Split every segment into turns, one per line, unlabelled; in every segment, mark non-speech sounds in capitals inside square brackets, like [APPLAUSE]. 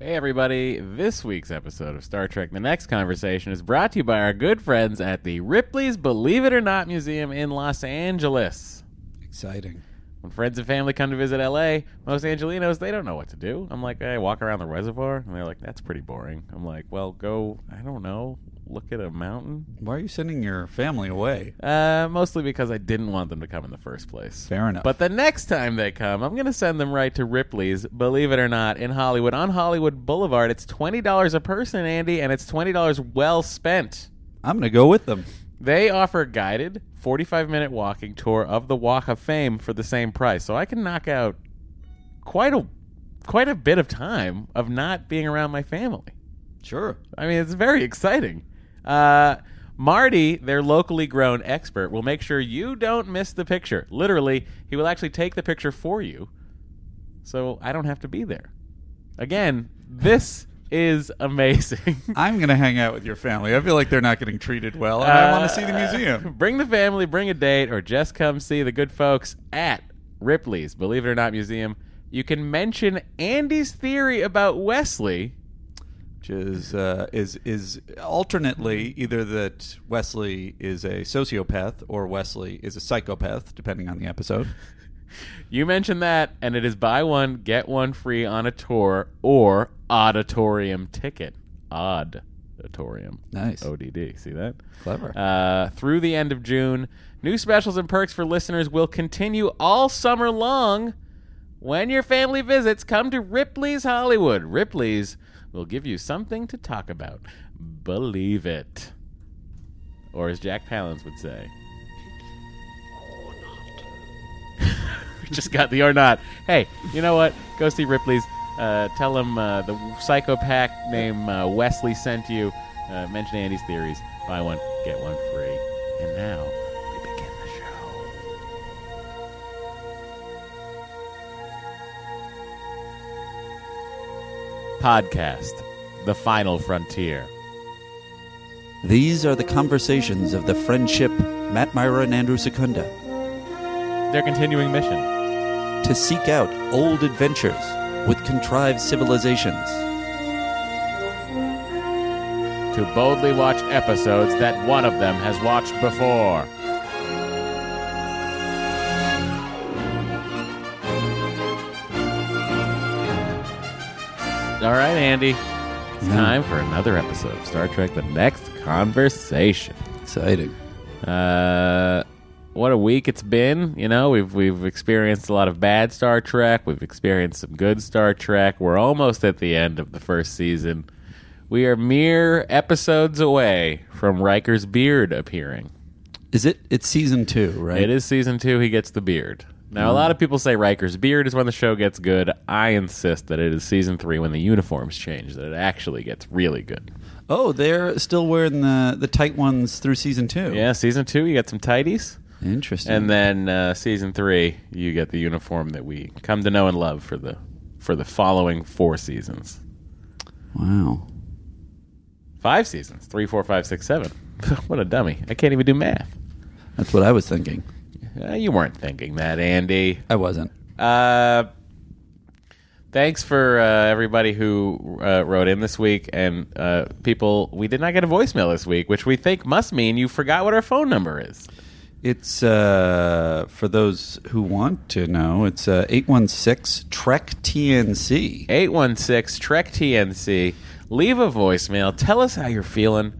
Hey, everybody. This week's episode of Star Trek The Next Conversation is brought to you by our good friends at the Ripley's Believe It or Not Museum in Los Angeles.
Exciting.
When friends and family come to visit LA, most Angelinos, they don't know what to do. I'm like, hey, walk around the reservoir. And they're like, that's pretty boring. I'm like, well, go, I don't know, look at a mountain.
Why are you sending your family away?
Uh, mostly because I didn't want them to come in the first place.
Fair enough.
But the next time they come, I'm going to send them right to Ripley's, believe it or not, in Hollywood on Hollywood Boulevard. It's $20 a person, Andy, and it's $20 well spent.
I'm going to go with them.
They offer a guided 45 minute walking tour of the Walk of Fame for the same price. So I can knock out quite a quite a bit of time of not being around my family.
Sure.
I mean, it's very exciting. Uh, Marty, their locally grown expert, will make sure you don't miss the picture. Literally, he will actually take the picture for you, so I don't have to be there. Again, this is amazing. [LAUGHS]
I'm going to hang out with your family. I feel like they're not getting treated well, and I want to see the museum.
Uh, [LAUGHS] bring the family, bring a date, or just come see the good folks at Ripley's Believe It or Not Museum. You can mention Andy's theory about Wesley.
Which is uh, is is alternately either that Wesley is a sociopath or Wesley is a psychopath, depending on the episode.
You mentioned that, and it is buy one, get one free on a tour or auditorium ticket. Auditorium.
Nice.
ODD. See that?
Oh, Clever.
Uh, through the end of June. New specials and perks for listeners will continue all summer long. When your family visits, come to Ripley's Hollywood. Ripley's will give you something to talk about. Believe it. Or as Jack Palance would say, We [LAUGHS] just got the or not. Hey, you know what? Go see Ripley's. Uh, tell him uh, the psychopath named uh, Wesley sent you. Uh, mention Andy's theories. Buy one, get one free. And now we begin the show. Podcast: The Final Frontier.
These are the conversations of the friendship Matt Myra and Andrew Secunda
Their continuing mission.
to seek out old adventures with contrived civilizations.
To boldly watch episodes that one of them has watched before. All right, Andy. It's
Yeah.
time for another episode of Star Trek The Next Conversation.
Exciting.
Uh, what a week it's been. You know, we've we've experienced a lot of bad Star Trek. We've experienced some good Star Trek. We're almost at the end of the first season. We are mere episodes away from Riker's beard appearing.
Is it? It's season two, right?
It is season two. He gets the beard. Now, a lot of people say Riker's beard is when the show gets good. I insist that it is season three when the uniforms change that it actually gets really good.
Oh, they're still wearing the the tight ones through season two.
Yeah, season two, you got some tidies.
interesting.
And then uh, season three, you get the uniform that we come to know and love for the for the following four seasons,
wow,
five seasons, three, four, five, six, seven. [LAUGHS] what a dummy! I can't even do math.
that's what I was thinking.
Uh, you weren't thinking that, Andy.
I wasn't.
Uh, thanks for uh, everybody who uh, wrote in this week and uh, people. We did not get a voicemail this week, which we think must mean you forgot what our phone number is.
It's uh, for those who want to know. It's uh, eight one six Trek TNC.
816 Trek TNC. Leave a voicemail. Tell us how you're feeling.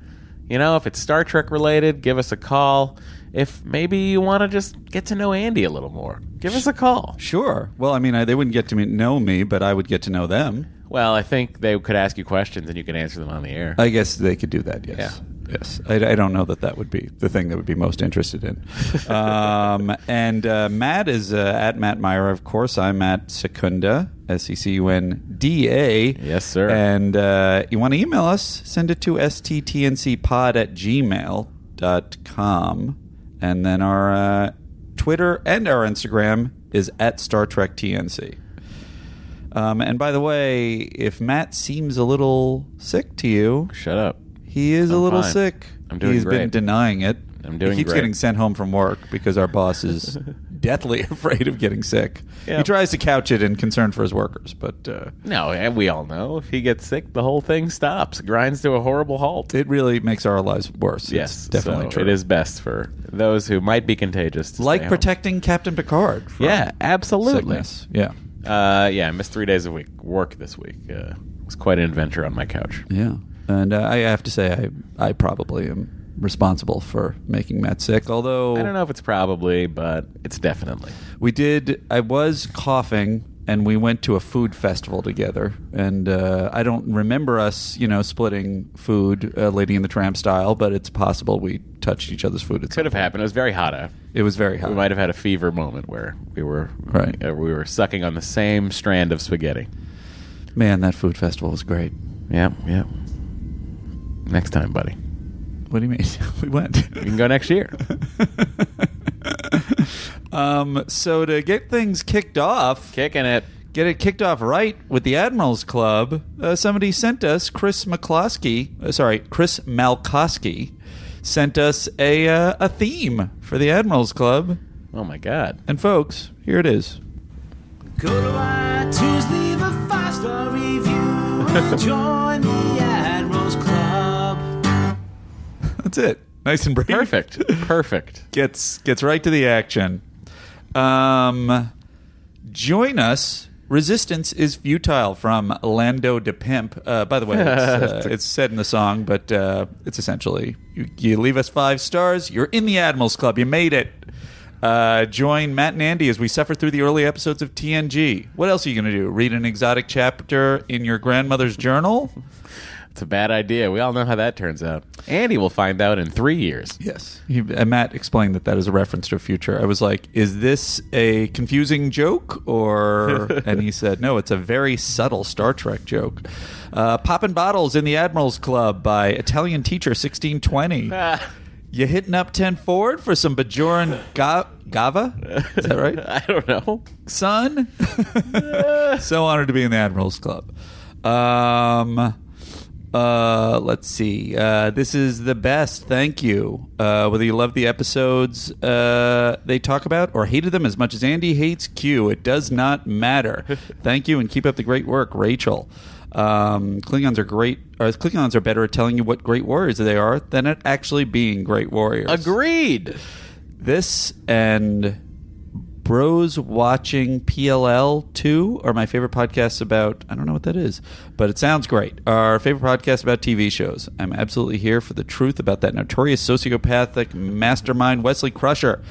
You know, if it's Star Trek related, give us a call. If maybe you want to just get to know Andy a little more, give us a call.
Sure. Well, I mean, I, they wouldn't get to me, know me, but I would get to know them.
Well, I think they could ask you questions and you could answer them on the air.
I guess they could do that. Yes. Yes. I, I don't know that that would be the thing that would be most
[LAUGHS]
interested in. um, and uh, Matt is uh, at Matt Myra, of course. I'm at Secunda. S e c u n d a.
Yes, sir.
And uh, you want to email us, send it to sttncpod at gmail.com. And then our uh, Twitter and our Instagram is at Star Trek TNC. Um, and by the way, if Matt seems a little sick to you,
Shut up.
he is a
I'm
little
fine.
sick.
I'm doing
He's
great.
been denying it.
I'm doing
He keeps
great. [LAUGHS]
getting sent home from work because our boss is deathly [LAUGHS] afraid of getting sick.
Yeah.
He tries to couch it in concern for his workers, but uh,
No, and we all know if he gets sick, the whole thing stops, grinds to a horrible halt.
it really makes our lives worse. It's
yes,
definitely
so
true.
It is best for those who might be contagious. To
like
stay home.
protecting Captain Picard. From
Yeah, absolutely.
sickness. Yeah,
Uh, yeah, I missed three days a week work this week. Uh, it was quite an adventure on my couch.
yeah. And uh, I have to say, I I probably am responsible for making Matt sick. Although
I don't know if it's probably, but it's definitely.
We did. I was coughing, and we went to a food festival together. And uh, I don't remember us, you know, splitting food, uh, Lady in the Tramp style, but it's possible we touched each other's food. At some
Could have
point.
happened. It was very hot. Out.
It was very
We
hot.
might have had a fever moment where we were
Right.
uh, we were sucking on the same strand of spaghetti.
Man, that food festival was great.
Yep, yep. Next time, buddy.
What do you mean? [LAUGHS] we went.
You can go next year.
[LAUGHS] um, so to get things kicked off,
Kicking it.
get it kicked off right with the Admirals Club, uh, somebody sent us Chris McCloskey. Uh, sorry, Chris Malkoski sent us a uh, a theme for the Admirals Club.
Oh my god.
And folks, here it is.
Go to iTunes, leave a five star review,
[LAUGHS]
and join the Admirals Club.
That's it. Nice and brief.
Perfect.
[LAUGHS]
Perfect.
gets gets right to the action. Um, join us. Resistance is futile from Lando de Pimp. Uh, by the way, it's, uh, it's said in the song, but uh, it's essentially you, you leave us five stars, you're in the Admirals Club, you made it. Uh, join Matt and Andy as we suffer through the early episodes of TNG. What else are you going to do? Read an exotic chapter in your grandmother's journal?
It's a bad idea. We all know how that turns out. Andy will find out in three years.
Yes. He, and Matt explained that that is a reference to a future. I was like, is this a confusing joke? Or, and he said, no, it's a very subtle Star Trek joke. Uh, Poppin' Bottles in the Admiral's Club by Italian Teacher 1620.
[LAUGHS]
you hitting up 10 Ford for some Bajoran ga- Gava? Is that
[LAUGHS]
right?
I don't know.
son. so honored to be in the Admirals Club. Um, uh, let's see. Uh, this is the best. Thank you. Uh, whether you love the episodes uh, they talk about or hated them as much as Andy hates Q, it does not matter. Thank you and keep up the great work, Rachel. Um, Klingons are great. Or Klingons are better at telling you what great warriors they are than at actually being great warriors.
Agreed.
This and Bros Watching PLL 2 are my favorite podcasts about, I don't know what that is, but it sounds great. Our favorite podcast about TV shows. I'm absolutely here for the truth about that notorious sociopathic mastermind, Wesley Crusher.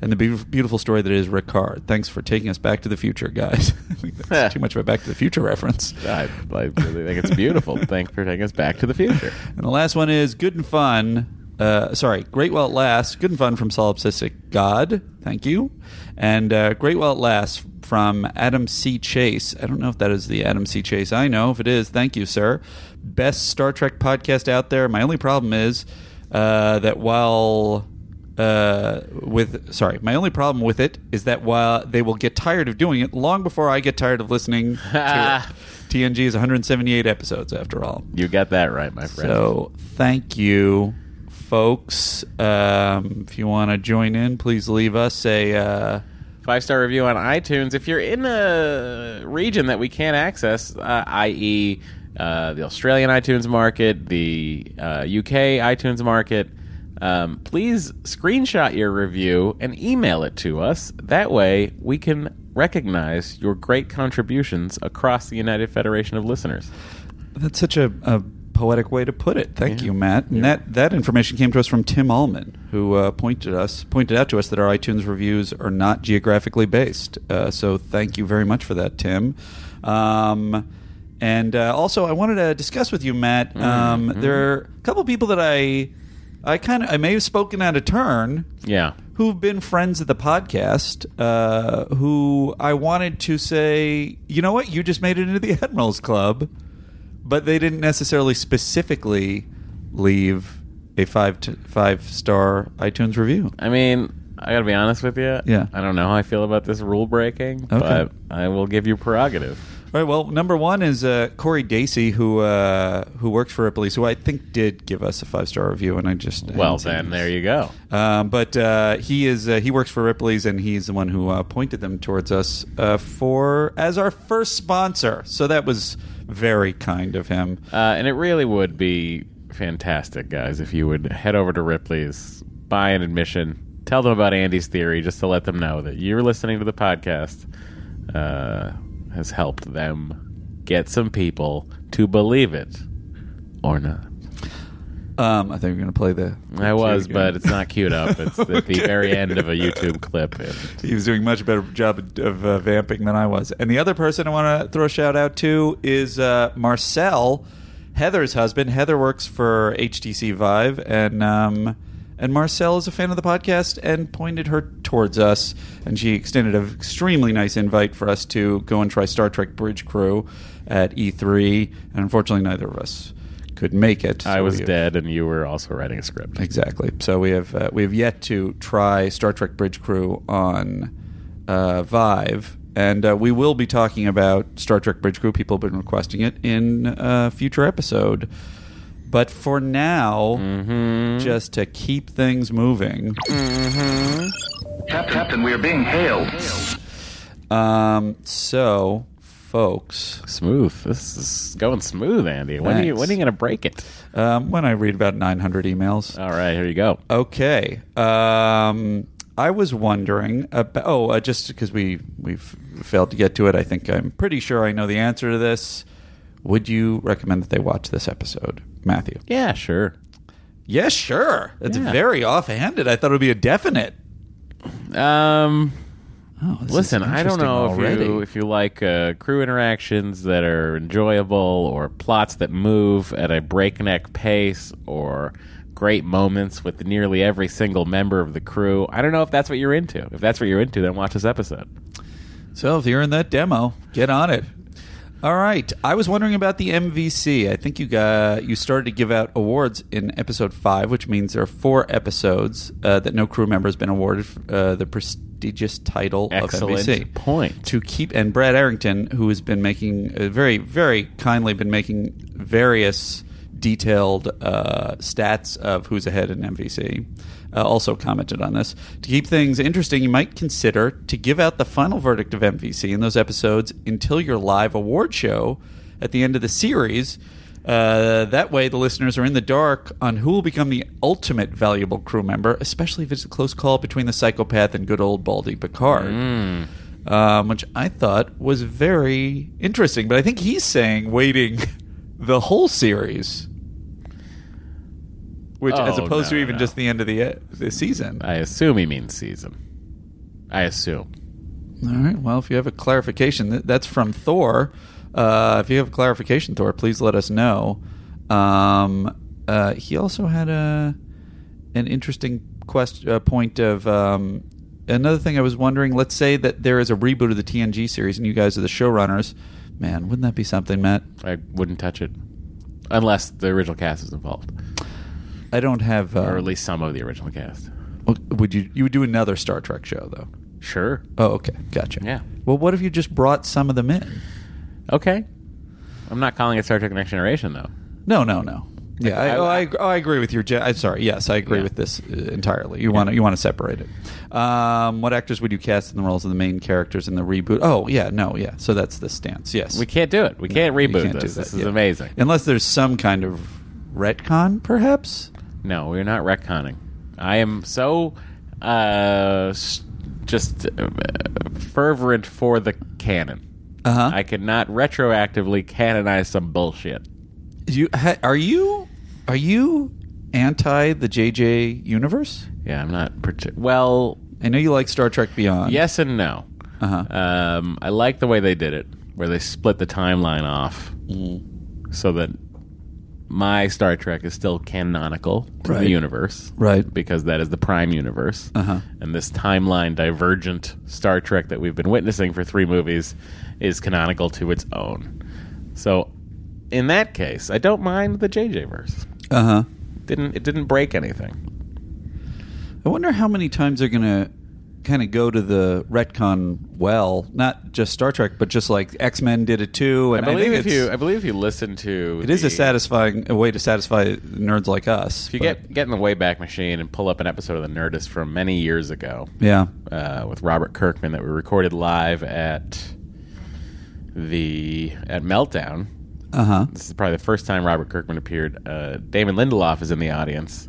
And the beautif- beautiful story that is Ricard. Thanks for taking us back to the future, guys. [LAUGHS] I think that's too much of a Back to the Future reference.
I, I really think it's beautiful. Thanks for taking us back to the future.
[LAUGHS] And the last one is Good and Fun. Uh, sorry, Great While It Lasts. Good and Fun from Solipsistic God. Thank you. And uh, Great While It Lasts from Adam C. Chase. I don't know if that is the Adam C. Chase I know. If it is, thank you, sir. Best Star Trek podcast out there. My only problem is uh, that while uh, with sorry, my only problem with it is that while they will get tired of doing it long before I get tired of listening to it. TNG is 178 episodes after all.
You got that right, my friend.
So thank you, folks. Um, if you want to join in, please leave us a. Uh,
Five star review on iTunes. If you're in a region that we can't access, uh, i.e., uh, the Australian iTunes market, the uh, UK iTunes market, um, please screenshot your review and email it to us. That way, we can recognize your great contributions across the United Federation of Listeners.
that's such a, a poetic way to put it. Thank you, Matt. And that that information came to us from Tim Allman, who uh, pointed us pointed out to us that our iTunes reviews are not geographically based. Uh, so thank you very much for that, Tim. Um, and uh, also, I wanted to discuss with you, Matt. Um, There are a couple people that I, I kind of I may have spoken out of turn.
Yeah.
who've been friends of the podcast uh, who I wanted to say, you know what, you just made it into the Admirals Club, but they didn't necessarily specifically leave a five to five star iTunes review.
I mean, I gotta be honest with you.
Yeah.
I don't know how I feel about this rule breaking, but I will give you prerogative.
All right. Well, number one is uh, Corey Dacey, who uh, who worked for Ripley's, who I think did give us a five star review, and I just haven't
Well,
seen
then
it.
there you go.
Um, but uh, he is uh, he works for Ripley's, and he's the one who uh, pointed them towards us uh, for as our first sponsor. So that was very kind of him.
Uh, and it really would be fantastic, guys, if you would head over to Ripley's, buy an admission, tell them about Andy's theory, just to let them know that you're listening to the podcast uh, has helped them get some people to believe it or not.
Um, I think we're going to play the.
I was,
again.
but it's not queued up.
[LAUGHS]
It's at the
Okay.
very end of a YouTube clip. And
He was doing much better job of uh, vamping than I was. And the other person I want to throw a shout out to is uh, Marcel, Heather's husband. Heather works for HTC Vive, and um, and Marcel is a fan of the podcast and pointed her towards us. And she extended an extremely nice invite for us to go and try Star Trek Bridge Crew at E3. And unfortunately, neither of us could make it.
I
So
was
we-
dead, and you were also writing a script.
Exactly. So we have uh, we have yet to try Star Trek Bridge Crew on uh, Vive, and uh, we will be talking about Star Trek Bridge Crew. People have been requesting it in a future episode, but for now,
Mm-hmm.
just to keep things moving,
Mm-hmm. Cap- Captain, we are being hailed.
um, so folks,
Smooth. This is going smooth, Andy. When are you
Thanks.
when are you going to break it?
um, when I read about 900 emails,
All right, here you go.
Okay. Um, I was wondering about. Oh, uh, just because we we've failed to get to it, I think I'm pretty sure I know the answer to this. Would you recommend that they watch this episode, Matthew?
Yeah, sure.
Yes, sure. It's
Yeah.
very offhanded. I thought it would be a definite.
Um,
Oh, this is
listen, I don't
interesting
know if
already.
you, if you like uh, crew interactions that are enjoyable or plots that move at a breakneck pace or great moments with nearly every single member of the crew. I don't know if that's what you're into. If that's what you're into, then watch this episode.
So if you're in that demo, get on it. All right. I was wondering about the MVC. I think you got you started to give out awards in episode five, which means there are four episodes uh, that no crew member has been awarded uh, the prestigious title of
Excellent
MVC.
point.
To keep and Brad Arrington, who has been making uh, very very kindly been making various detailed uh, stats of who's ahead in MVC. Uh, also commented on this. To keep things interesting, you might consider to give out the final verdict of MVC in those episodes until your live award show at the end of the series. Uh, that way, the listeners are in the dark on who will become the ultimate valuable crew member, especially if it's a close call between the psychopath and good old Baldy Picard um, which I thought was very interesting. But I think he's saying waiting [LAUGHS] the whole series, which as
Oh,
opposed
no,
to even
no.
just the end of the, the season.
I assume he means season. I assume.
All right. Well, if you have a clarification, th- that's from Thor. Uh, if you have a clarification, Thor, please let us know. Um, uh, he also had a an interesting quest uh, point of um, another thing. I was wondering. Let's say that there is a reboot of the TNG series, and you guys are the showrunners. Man, wouldn't that be something, Matt?
I wouldn't touch it unless the original cast is involved,
I don't have. Uh,
or at least some of the original cast.
Would you? You would do another Star Trek show, though.
Sure.
Oh, okay, gotcha.
Yeah.
Well, what if you just brought some of them in?
Okay. I'm not calling it Star Trek: The Next Generation though.
No, no, no. Yeah, I,
I-
oh, I, oh, I agree with your. gen- I'm sorry. Yes, I agree
Yeah.
with this uh, entirely. You want to you want to separate it. Um, what actors would you cast in the roles of the main characters in the reboot? Oh, yeah, no, yeah. So that's the stance. Yes,
We can't do it. We can't
You
reboot
can't do
this.
that,
This is
yeah.
amazing.
Unless there's some kind of retcon, perhaps.
No, we're not retconning. I am so uh, s- just uh, fervent for the canon.
Uh huh.
I could not retroactively canonize some bullshit.
You ha, are you are you anti the JJ universe?
Yeah, I'm not. partic- well,
I know you like Star Trek Beyond.
yes and no.
Uh-huh.
Um, I like the way they did it, where they split the timeline off so that my Star Trek is still canonical to
Right.
the universe.
Right.
because that is the prime universe.
Uh-huh.
And this timeline divergent Star Trek that we've been witnessing for three movies is canonical to its own. So, in that case, I don't mind the JJ verse.
Uh huh.
Didn't it didn't break anything?
I wonder how many times they're gonna kind of go to the retcon well, not just Star Trek, but just like X Men did it too.
I
And
believe
think
if
it's-
you, I believe if you listen to,
it is a
the-
satisfying a way to satisfy nerds like us.
If you
but-
get get in the Wayback Machine and pull up an episode of The Nerdist from many years ago,
yeah,
uh, with Robert Kirkman that we recorded live at the at Meltdown.
uh huh,
This is probably the first time Robert Kirkman appeared. Uh, Damon Lindelof is in the audience,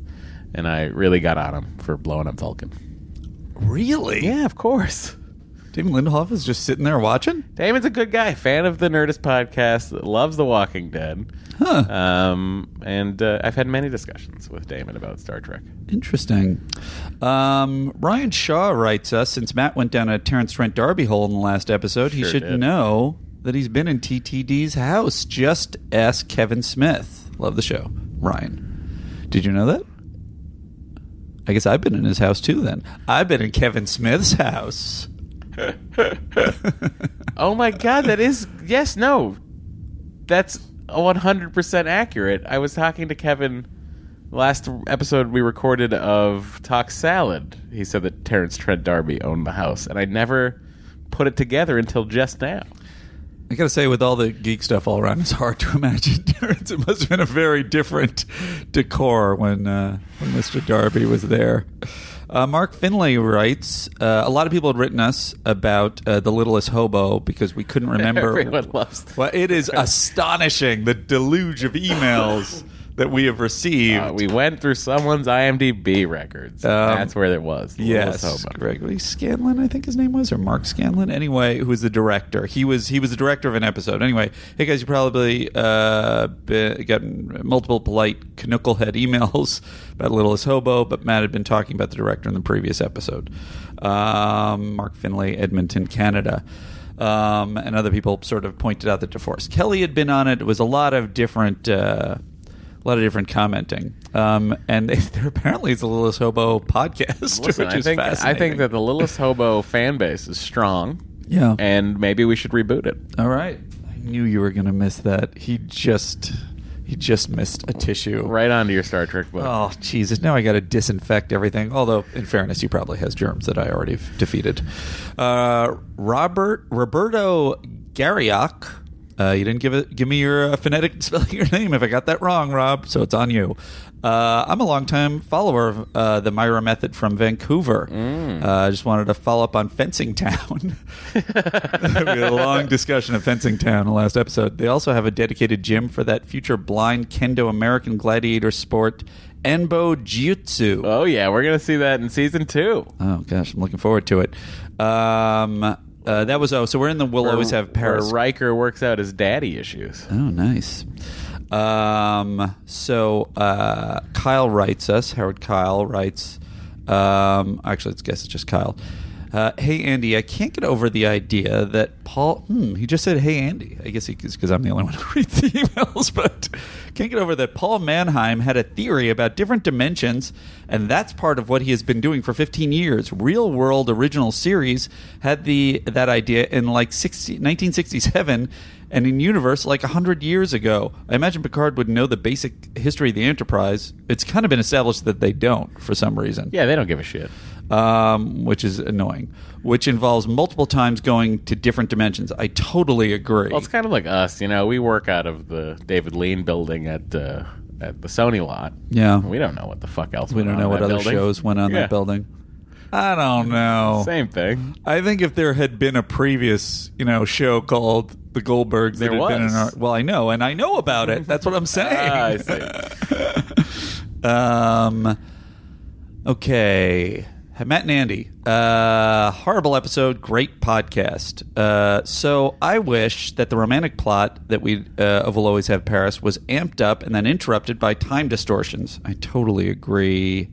and I really got on him for blowing up Vulcan.
really?
Yeah, of course.
Damon Lindelof is just sitting there watching.
Damon's a good guy, fan of the Nerdist podcast, loves The Walking Dead.
Huh.
Um, and uh, I've had many discussions with Damon about Star Trek.
Interesting. Um, Ryan Shaw writes us since Matt went down a Terrence Trent Darby hole in the last episode, he
Sure
should
did.
know that he's been in TTD's house. Just ask Kevin Smith. Love the show, Ryan. Did you know that? I guess I've been in his house too. Then I've been in Kevin Smith's house.
Oh my god, that is yes, no. That's 100% accurate. I was talking to Kevin last episode we recorded of Talk Salad. He said that Terrence Trent Darby owned the house, and I never put it together until just now. [LAUGHS]
I gotta say, with all the geek stuff all around, it's hard to [LAUGHS] imagine Terrence. It must have been a very different decor when uh, when Mr. Darby was there. Uh, Mark Finlay writes, uh, a lot of people had written us about uh, the Littlest Hobo because
[LAUGHS]
we couldn't remember.
Everyone loves that.
[LAUGHS] Well, it is astonishing the deluge of emails that we have received.
Uh, we went through someone's IMDb records.
Um,
That's where it was. Little
Yes,
Sobo.
Gregory Scanlon, I think his name was, or Mark Scanlon. Anyway, who was the director? He was he was the director of an episode. Anyway, hey guys, you probably uh, been, gotten multiple polite knucklehead emails [LAUGHS] about Littlest Hobo, but Matt had been talking about the director in the previous episode, um, Mark Finlay, Edmonton, Canada. Um, and other people sort of pointed out that DeForest Kelly had been on it. It was a lot of different. Uh, a lot of different commenting, um, and [LAUGHS] they, they're apparently it's the Littlest Hobo podcast.
Listen,
Which
I
is
think I
fascinating.
think that the Littlest Hobo fan base is strong,
yeah.
and maybe we should reboot it.
All right, I knew you were gonna miss that. He just he just missed a tissue.
Right onto your Star Trek book.
Oh Jesus! Now I got to disinfect everything. Although, in fairness, he probably has germs that I already have defeated. Uh, Robert Roberto Garriock. Uh, you didn't give it. Give me your uh, phonetic [LAUGHS] spelling of your name if I got that wrong, Rob. So it's on you. Uh, I'm a longtime follower of uh, the Myra method from Vancouver.
Mm.
Uh, I just wanted to follow up on Fencing Town. [LAUGHS] we had a long discussion of Fencing Town in the last episode. They also have a dedicated gym for that future blind kendo American gladiator sport, Enbo Jiu-Jitsu.
[LAUGHS] Oh yeah, we're gonna see that in season two.
Oh gosh, I'm looking forward to it. Um, uh, that was oh, so we're in the we'll always have Paris.
Where Riker works out his daddy issues.
Oh, nice. Um, so uh, Kyle writes us. Howard Kyle writes. Um, actually, I guess it's just Kyle. Uh, hey Andy, I can't get over the idea that Paul. Hmm, he just said, "Hey Andy." I guess it's because I'm the only one who [LAUGHS] reads the emails, but can't get over that Paul Mannheim had a theory about different dimensions, and that's part of what he has been doing for 15 years. Real World Original Series had the that idea in like 60, 1967, and in Universe like 100 years ago. I imagine Picard would know the basic history of the Enterprise. It's kind of been established that they don't for some reason
Yeah, they don't give a shit.
um, which is annoying, which involves multiple times going to different dimensions. I totally agree.
Well, it's kind of like us, you know. We work out of the David Lean building at uh, at the Sony lot.
yeah,
We don't know what the fuck else.
we don't know what other shows went on
Yeah.
that building. I don't know.
Same thing.
I think if there had been a previous, you know, show called The Goldbergs,
There
that had been
was.
in our, well, I know, and I know about it. That's what I'm saying.
[LAUGHS] Ah, I
[LAUGHS]
see.
Um, okay. Matt and Andy, uh, horrible episode, great podcast. Uh, so I wish that the romantic plot that we uh, of Will Always Have Paris was amped up and then interrupted by time distortions. I totally agree.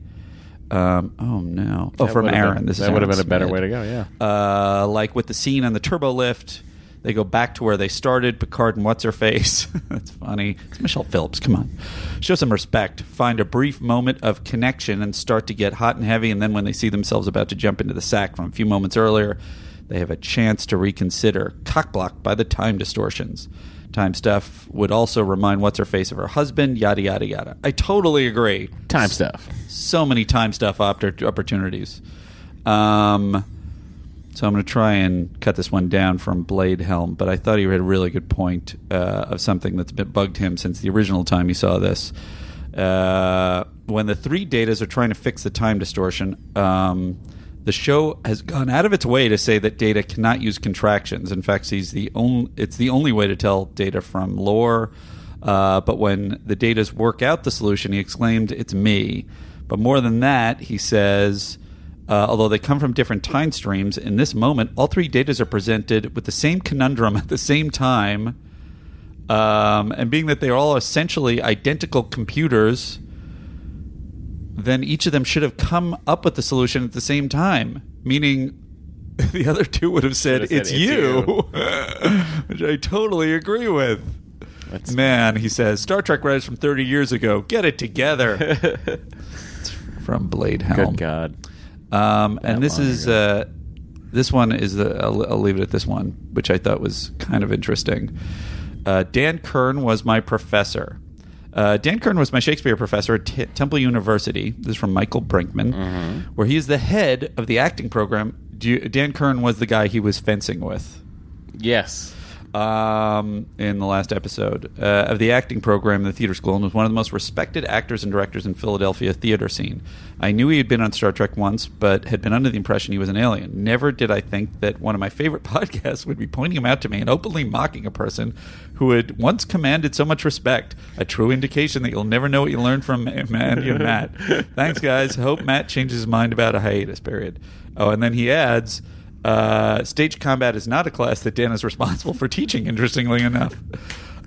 Um, oh no! Oh,
That
from
would've been-
Aaron. this is
that would've
Aaron
been a better
Smith.
way to go, yeah.
Uh, like with the scene on the turbo lift, they go back to where they started. Picard and what's her face? [LAUGHS] That's funny. It's Michelle Phillips. Come on, show some respect. Find a brief moment of connection and start to get hot and heavy. And then when they see themselves about to jump into the sack from a few moments earlier, they have a chance to reconsider. Cockblocked by the time distortions. Time stuff would also remind what's her face of her husband. Yada yada yada. I totally agree
Time stuff.
so many time stuff opt- opportunities. Um, So I'm going to try and cut this one down from Blade Helm, but I thought he had a really good point uh, of something that's been bugged him since the original time he saw this. Uh, when the three datas are trying to fix the time distortion, um, the show has gone out of its way to say that Data cannot use contractions. In fact, he's the only, it's the only way to tell Data from lore. Uh, but when the Datas work out the solution, he exclaimed, It's me. But more than that, he says, uh, although they come from different time streams, in this moment, all three datas are presented with the same conundrum [LAUGHS] at the same time. Um, and being that they are all essentially identical computers, then each of them should have come up with the solution at the same time, meaning [LAUGHS] the other two would have said,
Should have
It's
said, "It's
you,
you.
[LAUGHS] which I totally agree with.
That's- [LAUGHS]
Man, he says, Star Trek writers from 30 years ago, get
[LAUGHS]
it together. It's from Blade Helm.
Good God.
Um, and this
long
is uh, this one is the I'll, I'll leave it at this one, which I thought was kind of interesting. Uh, Dan Kern was my professor. Uh, Dan Kern was my Shakespeare professor at T- Temple University. This is from Michael Brinkman, where he is the head of the acting program. Do you- Dan Kern was the guy he was fencing with
Yes.
um, in the last episode uh, of the acting program in the theater school and was one of the most respected actors and directors in Philadelphia theater scene. I knew he had been on Star Trek once, but had been under the impression he was an alien. Never did I think that one of my favorite [LAUGHS] podcasts would be pointing him out to me and openly mocking a person who had once commanded so much respect. A true indication that you'll never know what you learned from [LAUGHS] Mandy and Matt. Thanks, guys. Hope Matt changes his mind about a hiatus period. Oh, and then he adds. Uh, stage combat is not a class that Dan is responsible for teaching, interestingly enough.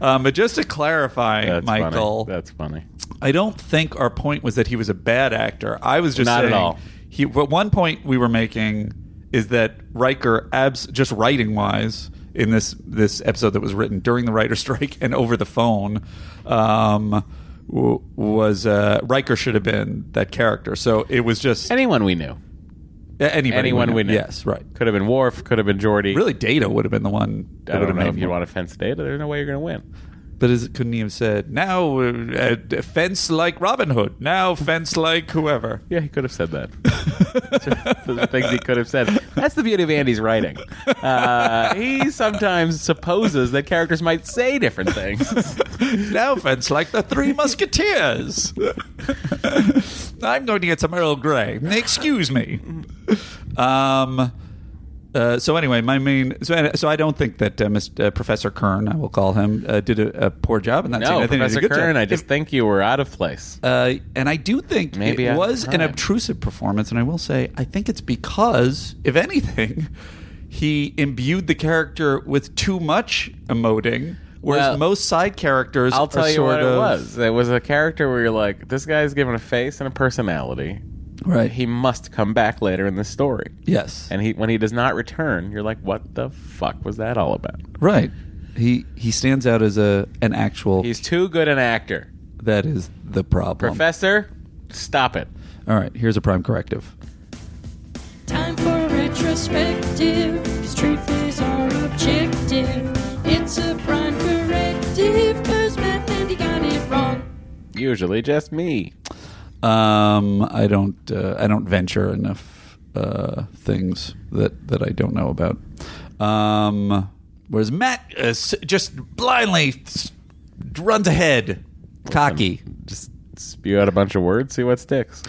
Um, but just to clarify,
That's
Michael,
Funny. That's funny.
I don't think our point was that he was a bad actor. I was just
Not at
saying
all.
He, but one point we were making is that Riker, abs, just writing wise, in this this episode that was written during the writer [LAUGHS] strike and over the phone, um, w- was uh, Riker should have been that character. So it was just
Anyone we knew.
anybody
Anyone we knew.
Yes, right.
Could have been Worf, could have been Geordi.
Really, Data would have been the one. That
I
would
don't
have
know
made
if you
more-
want to fence data. There's no way you're going to win.
But is, couldn't he have said, "Now uh, uh, fence like Robin Hood, now fence like whoever"?
Yeah, he could have said [LAUGHS] that. Those are things he could have said. That's the beauty of Andy's writing. Uh, he sometimes supposes that characters might say different [LAUGHS] things.
now fence like the Three Musketeers. [LAUGHS] I'm going to get some Earl Grey. Excuse me. Um. Uh, so anyway, my main so, so I don't think that uh, Mr. Uh, Professor Kern, I will call him, uh, did a, a poor job in that scene.
No,
I think he did a
Professor
good job.
Kern, I
If-
just think you were out of place.
Uh, and I do think
Maybe
it
out of
was an
time.
obtrusive performance, and I will say I think it's because, if anything, [LAUGHS] he imbued the character with too much emoting, whereas
Well,
most side characters
I'll tell
are
you
sort
what
of
it was. It was a character where you're like, this guy's given a face and a personality.
right.
He must come back later in the story.
yes,
And he, when he does not return, you're like, what the fuck was that all about?
right. He he stands out as a an actual.
He's too good an actor.
that is the problem.
Professor, stop it.
All right, here's a prime corrective.
Time for retrospective, 'cause truth is our objective. It's a prime corrective, cause Matt Mandy got it wrong.
Usually just me.
Um, I don't. Uh, I don't venture enough uh, things that that I don't know about. Um, whereas Matt uh, s- just blindly s- runs ahead, cocky.
Just spew out a bunch of words, see what sticks.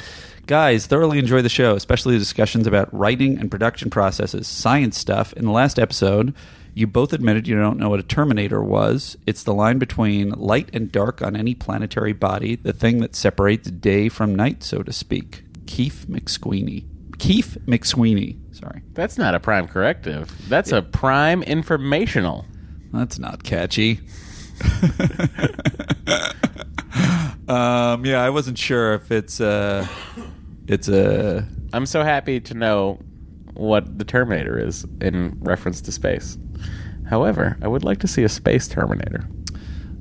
Guys, thoroughly enjoy the show, especially the discussions about writing and production processes, science stuff. In the last episode, you both admitted you don't know what a terminator was. It's the line between light and dark on any planetary body, the thing that separates day from night, so to speak. Keith McSweeney. Keith McSweeney. Sorry.
That's not a prime corrective. That's a prime informational.
That's not catchy. [LAUGHS] um, yeah, I wasn't sure if it's uh it's a
I'm so happy to know what the Terminator is in reference to space. However, I would like to see a space Terminator.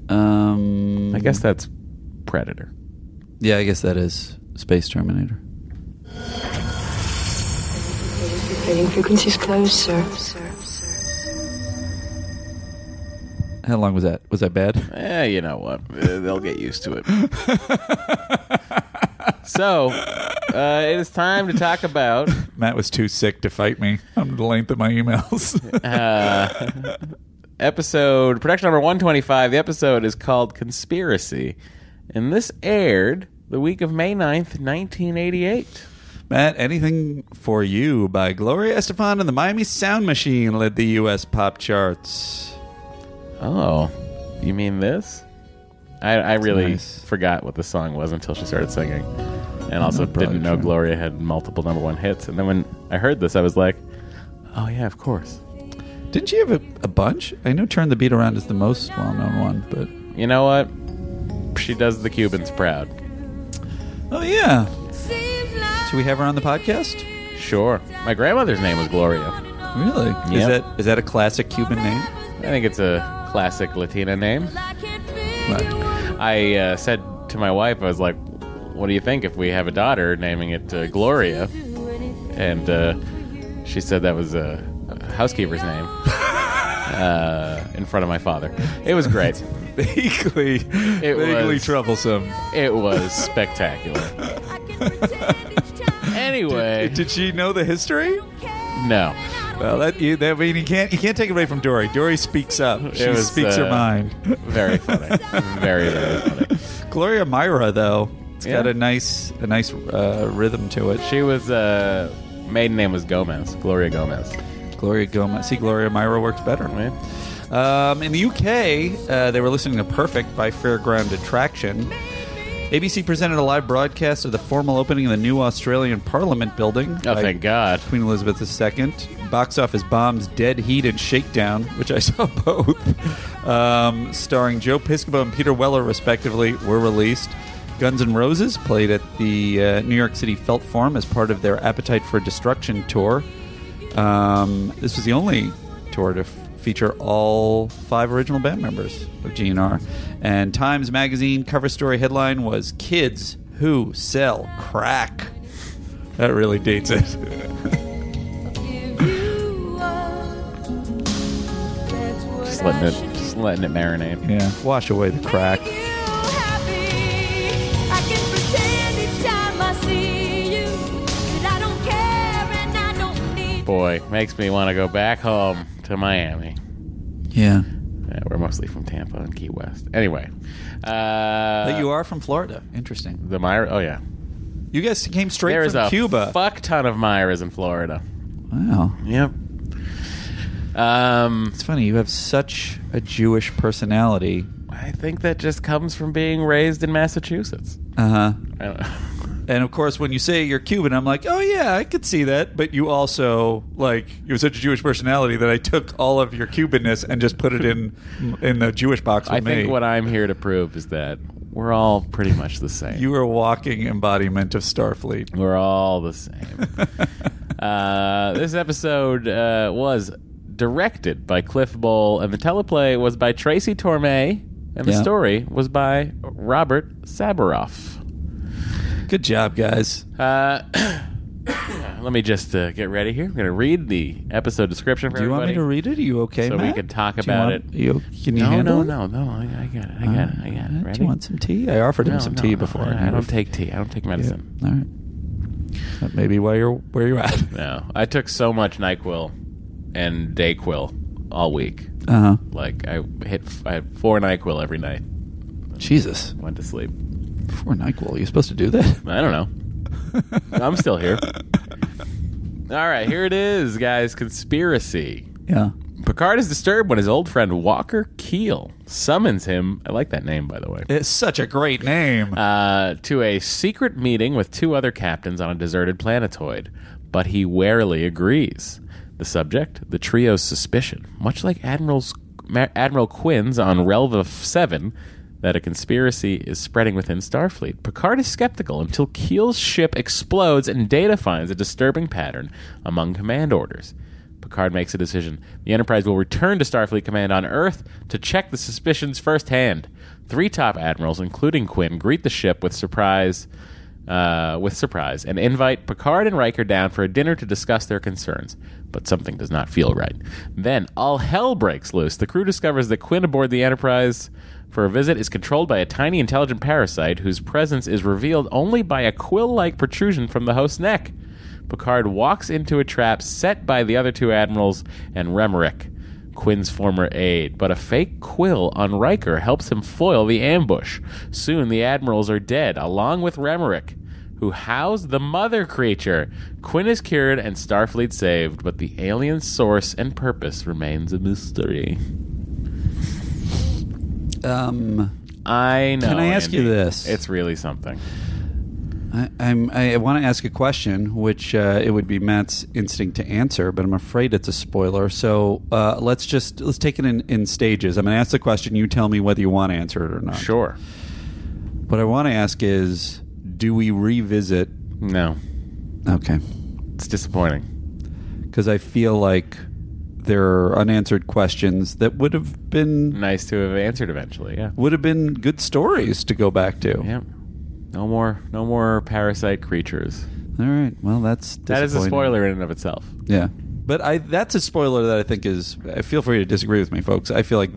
um
I guess that's Predator.
Yeah, I guess that is Space Terminator.
Rating frequencies closed, sir.
How long was that? Was that bad?
[LAUGHS] Eh, you know what? Eh, They'll get used to it. so uh, it is time to talk about [LAUGHS]
Matt was too sick to fight me. I'm the length of
[LAUGHS]
my emails. [LAUGHS]
uh, episode production number 125 the episode is called conspiracy and this aired the week of may 9th 1988
Matt, anything for you by Gloria Estefan and the Miami Sound Machine led the U.S. pop charts.
oh you mean this i, I really
nice.
forgot what the song was until she started singing and also
probably
didn't know
true.
gloria had multiple number one hits and then when i heard this i was like oh yeah of course
Didn't you have a, a bunch? I know "Turn the Beat Around" is the most well-known one, but
you know what she does the cubans proud
oh yeah, should we have her on the podcast?
sure my grandmother's name was gloria
Really? Is
Yep.
that is that a classic Cuban
[LAUGHS]
name?
I think it's a classic Latina name. I uh, said to my wife, I was like, "What do you think if we have a daughter naming it uh,
[LAUGHS]
Gloria?" And uh, she said that was a a housekeeper's
[LAUGHS]
name uh, in front of my father. It was great.
vaguely, vaguely
was.
troublesome.
It was spectacular. Anyway,
Did she know the history?
no,
Well, that you that I mean you can't you can't take it away from Dory. Dory speaks up. She
was,
speaks her
uh,
mind. [LAUGHS]
very funny, very very funny.
Gloria Myra though, it's got
Yeah.
a nice a nice uh, rhythm to it.
She was uh, maiden name was Gomez, Gloria Gomez. oh,
Gloria Gomez. See, Gloria Myra works better.
Right?
Um, in the UK, uh, they were listening to Perfect by Fairground Attraction. ABC presented a live broadcast of the formal opening of the new Australian Parliament building.
Oh,
by
thank God.
Queen Elizabeth II. Box office bombs Dead Heat and Shakedown, which I [LAUGHS] saw both, um, starring Joe Piscopo and Peter Weller, respectively, were released. Guns N' Roses played at the uh, New York City Felt Forum as part of their Appetite for Destruction tour. Um, this was the only tour to f- feature all five original band members of GNR. And Times Magazine cover story headline was Kids Who Sell Crack. That really dates it. [LAUGHS]
Just letting it, just letting it marinate.
Yeah. Wash away the crack.
boy makes me want to go back home to Miami.
Yeah.
Yeah, we're mostly from Tampa and Key West. Anyway, uh,
But you are from Florida. Interesting.
the Myra. Oh yeah,
You guys came straight
there is
from
a
Cuba.
fuck ton of Myras in Florida.
wow.
Yep. Um,
It's funny. You have such a Jewish personality.
I think that just comes from being raised in Massachusetts.
Uh huh.
I
[LAUGHS]
don't know.
And of course, when you say you're Cuban, I'm like, oh yeah, I could see that. But you also like you have such a Jewish personality that I took all of your Cubanness and just put
[LAUGHS]
it in in the Jewish box with
I think
me.
what I'm here to prove is that we're all pretty much the same.
you were a walking embodiment of Starfleet.
we're all the
[LAUGHS]
same. [LAUGHS] Uh, this episode uh, was directed by Cliff Bowl, and the teleplay was by Tracy Torme, and the
Yeah.
story was by Robert Sabaroff.
Good job, guys.
Uh, [COUGHS] let me just uh, get ready here. I'm going to read the episode description for
Do you want me
everybody.
to read it? Are you okay,
So we
Matt?
can talk
Do you
about it.
want- You, can you
no,
handle
no,
it?
no, no, I, I got it. I got it. I got it.
Uh,
Ready?
Do you want some tea? I offered him
No,
some
no,
tea
no,
before.
I don't take tea. I don't take
Yeah.
medicine.
All right. That may be why you're where you're
[LAUGHS]
at.
No, I took so much Nyquil and Dayquil all week.
Uh huh.
Like I hit, I had four Nyquil every night.
Jesus,
Went to sleep.
before Nyquil, are you supposed to do that?
I don't know. I'm still here. All right, here it is, guys. Conspiracy.
[LAUGHS] Yeah.
Picard is disturbed when his old friend Walker Keel summons him. I like that name, by the way.
It's such a great name.
Uh, to a secret meeting with two other captains on a deserted planetoid, but he warily agrees. The subject, the trio's suspicion, much like Admiral's, Ma- Admiral Quinn's on Relva 7, that a conspiracy is spreading within Starfleet. Picard is skeptical until Keel's ship explodes and Data finds a disturbing pattern among command orders. Picard makes a decision. The Enterprise will return to Starfleet Command on Earth to check the suspicions firsthand. Three top admirals, including Quinn, greet the ship with surprise, uh, with surprise, and invite Picard and Riker down for a dinner to discuss their concerns. But something does not feel right. Then all hell breaks loose. The crew discovers that Quinn aboard the Enterprise for a visit is controlled by a tiny intelligent parasite whose presence is revealed only by a quill like protrusion from the host's neck. Picard walks into a trap set by the other two admirals and Remerick, Quinn's former aide, but a fake quill on Riker helps him foil the ambush. Soon the admirals are dead, along with Remerick, who housed the mother creature. Quinn is cured and Starfleet saved, but the alien's source and purpose remains a mystery.
Um,
I know.
Can I ask
Andy.
you this?
It's really something.
I, I'm, I want to ask a question, which uh, it would be Matt's instinct to answer, but I'm afraid it's a spoiler. So uh, let's just let's take it in, in stages. I'm going to ask the question. You tell me whether you want to answer it or not.
Sure.
What I want to ask is, do we revisit?
No,
Okay,
it's disappointing.
because I feel like there are unanswered questions that would have been
Nice to have answered eventually. Yeah.
would have been good stories to go back to.
Yep. No more. No more parasite creatures.
All right. Well, that's
That is a
disappointing.
spoiler in and of itself.
Yeah, but I that's a spoiler that I think is. I feel free to disagree with me, folks. I feel like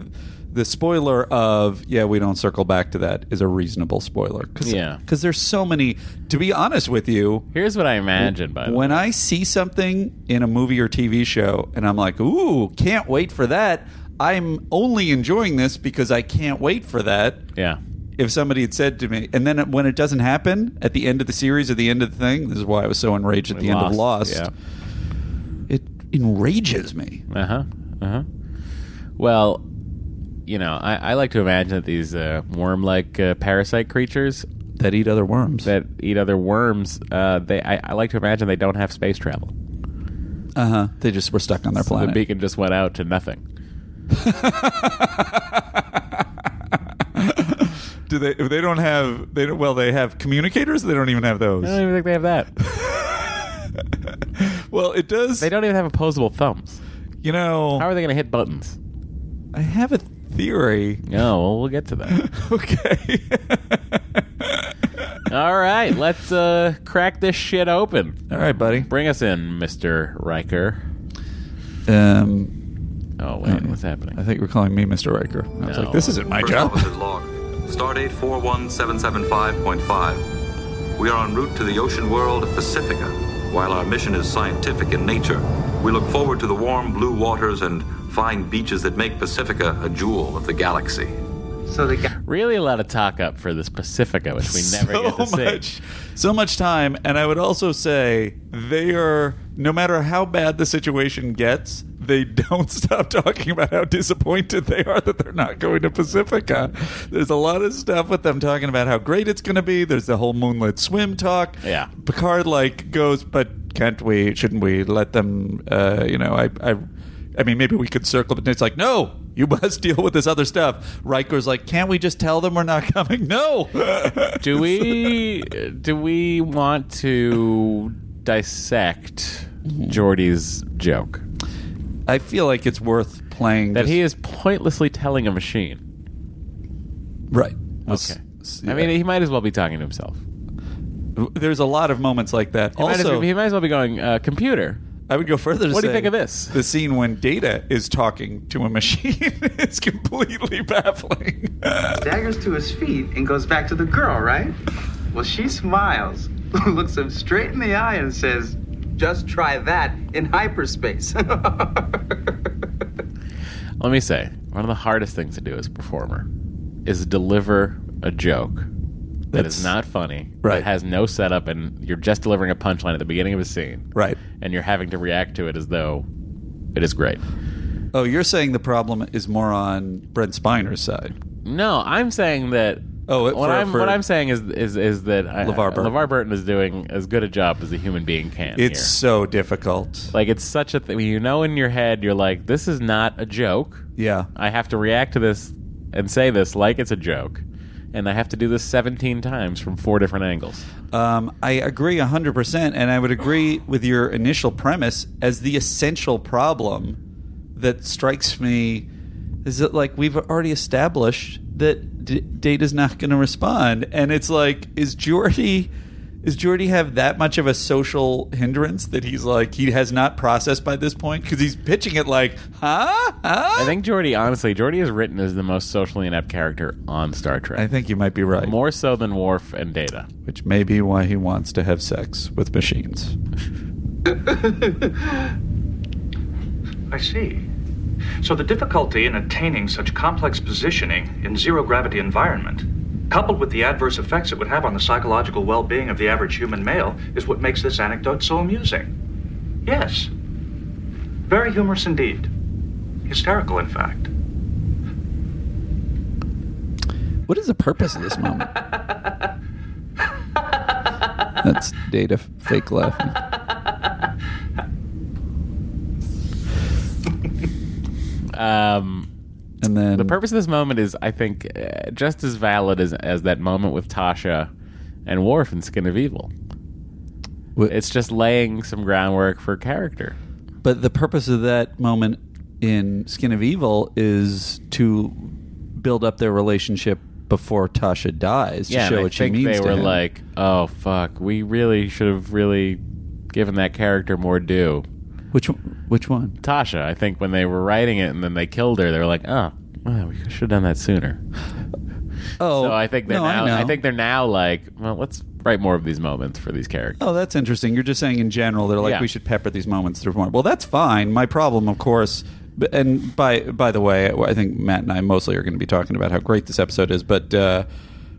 the spoiler of yeah, we don't circle back to that is a reasonable spoiler. Cause,
Yeah.
because there's so many. To be honest with you,
Here's what I imagine. By the way,
when I see something in a movie or TV show and I'm like, ooh, can't wait for that. I'm only enjoying this because I can't wait for that.
yeah.
If somebody had said to me, and then when it doesn't happen at the end of the series or the end of the thing, this is why I was so enraged at the end of Lost
Yeah.
it enrages me.
Uh huh. Uh huh. Well, you know, I, I like to imagine that these uh, worm-like uh, parasite creatures
That eat other worms.
that eat other worms, uh, they I, I like to imagine they don't have space travel.
uh huh. They just were stuck on their
The
planet.
beacon just went out to nothing.
Do they? If they don't have, they don't, well, they have communicators. They don't even have
I don't
those.
even think they have
[LAUGHS]
that.
Well, it does.
they don't even have opposable thumbs.
You know,
How are they going to hit
[LAUGHS]
buttons?
I have a theory. [LAUGHS]
No, well, we'll get to that.
Okay.
All right, let's uh, crack this shit open.
[LAUGHS] All right, buddy.
Bring us in, Mister Riker.
Um,
Oh wait, what's happening?
I think you're calling me Mr. Riker. I was
No.
like, this isn't my
First
job.
officer's log. Stardate 41775.5. We are en route to the ocean world of Pacifica. While our mission is scientific in nature, we look forward to the warm blue waters and fine beaches that make Pacifica a jewel of the galaxy.
So the guy
Really a lot of talk up for this Pacifica, which we never
[LAUGHS] so
get to see.
much, so much time, and I would also say they are. No matter how bad the situation gets, they [LAUGHS] don't stop talking about how disappointed they are that they're not going to Pacifica. There's a lot of stuff with them talking about how great it's going to be. There's the whole moonlit swim talk.
Yeah.
Picard like goes, but can't we? Shouldn't we let them? Uh, you know, I, I, I mean, maybe we could circle, but it's like no. You [LAUGHS] must deal with this other stuff. Riker's like, can't we just tell them we're not coming? [LAUGHS] No.
Do we
[LAUGHS]
do we want to dissect
Mm-hmm.
Jordy's joke
I feel like it's worth playing
that
just-
he is pointlessly telling a machine?
right.
Okay. I
uh,
mean, he might as well be talking to himself. He
there's a lot of moments like that.
might as-
Also,
he might as well be going uh, computer.
I would go further. To
What do you
say
think of this?
The scene when Data is talking to a machine [LAUGHS] is completely baffling.
daggers to his feet and goes back to the girl, right? Well, she smiles, [LAUGHS] looks him straight in the eye, and says, "Just try that in hyperspace." [LAUGHS]
Let me say, one of the hardest things to do as a performer is deliver a joke that is
That's-
not funny,
Right.
that has no setup, and you're just delivering a punchline at the beginning of a scene,
right.
and you're having to react to it as though it is great.
Oh, you're saying the problem is more on Brent Spiner's side.
No, I'm saying that.
Oh, it-
what
for-
I'm
for-
what I'm saying is is is that I,
LeVar Burton.
LeVar Burton is doing as good a job as a human being can.
It's
here.
so difficult.
like it's such a thing. You know, in your head, you're like, this is not a joke.
yeah.
I have to react to this and say this like it's a joke. And I have to do this 17 times from four different angles.
Um, I agree 100%, and I would agree with your initial premise as the essential problem that strikes me is that, like, we've already established that D- Data's not going to respond. And it's like, is Jordy. Does Geordie have that much of a social hindrance that he's like he has not processed by this point because he's pitching it like, huh? huh?
I think Geordi, honestly, Geordi is written as the most socially inept character on Star Trek.
I think you might be right.
More so than Worf and Data.
Which may be why he wants to have sex with machines.
I see. So the difficulty in attaining such complex positioning in zero gravity environment, coupled with the adverse effects it would have on the psychological well-being of the average human male, is what makes this anecdote so amusing. Yes. Very humorous indeed. Hysterical, in fact.
What is the purpose of this moment? That's data
[LAUGHS]
fake laughing.
Um,
And then
the purpose of this moment is, I think, uh, just as valid as, as that moment with Tasha and Worf in Skin of Evil.
Wh-
It's just laying some groundwork for character.
But the purpose of that moment in Skin of Evil is to build up their relationship before Tasha dies to
yeah, and
show
I
what she
think
means
they
to
were
him.
like, "Oh fuck, we really should have really given that character more due."
which one- which one?
Tasha, I think when they were writing it and then they killed her, they were like, "Oh, well, we should have done that sooner."
Oh,
so I think they're
no,
now.
know.
I, think they're now like, "Well, let's write more of these moments for these characters."
Oh, that's interesting. You're just saying in general they're like
Yeah.
we should pepper these moments through more. Well, that's fine. My problem, of course, b- and by by the way, I think Matt and I mostly are going to be talking about how great this episode is, but uh,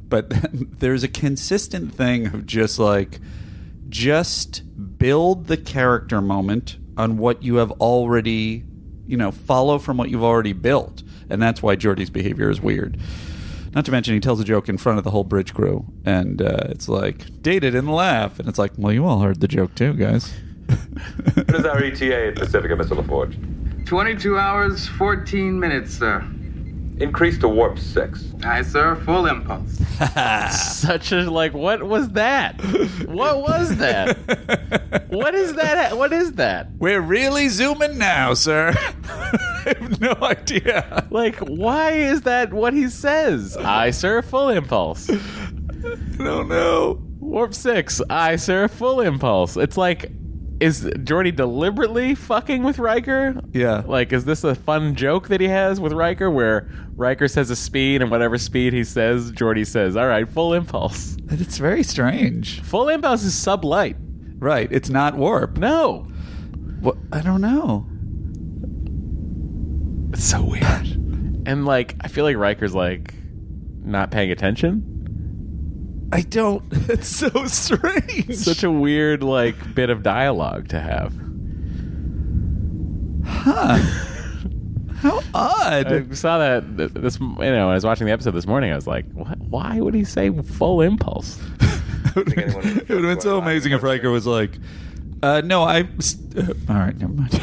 but [LAUGHS] there's a consistent thing of just like just build the character moment on what you have already, you know, follow from what you've already built, and that's why Jordy's behavior is weird. Not to mention, he tells a joke in front of the whole bridge crew, and uh, it's like, "Data didn't laugh," and it's like, "Well, you all heard the joke
[LAUGHS]
too, guys."
What is our ETA at Pacifica, Mr. LaForge?
22 hours, 14 minutes, sir.
Increase to warp six.
Aye, sir. Full impulse.
[LAUGHS] Such a like, what was that?
[LAUGHS]
what was [LAUGHS] that? What is that? What is that?
We're really zooming now, sir. [LAUGHS] I have no idea.
Like, why is that what he says? I sir, full impulse.
I don't know.
Warp six. I sir, full impulse. It's like, is Jordy deliberately fucking with Riker?
Yeah.
Like, is this a fun joke that he has with Riker, where Riker says a speed, and whatever speed he says, Jordy says, "All right, full impulse."
It's very strange.
Full impulse is sublight.
Right. It's not warp.
No,
Wha- I don't know.
it's so weird. and like, I feel like Riker's like not paying attention.
[LAUGHS] I don't. [LAUGHS] It's so strange.
Such a weird like bit of dialogue to have.
How [LAUGHS] odd.
I saw that th- this you know when I was watching the episode this morning. I was like, what? Why would he say full impulse?
it would
anyone would
have been so amazing if Riker was like, uh, "No, I." uh, all right, never mind.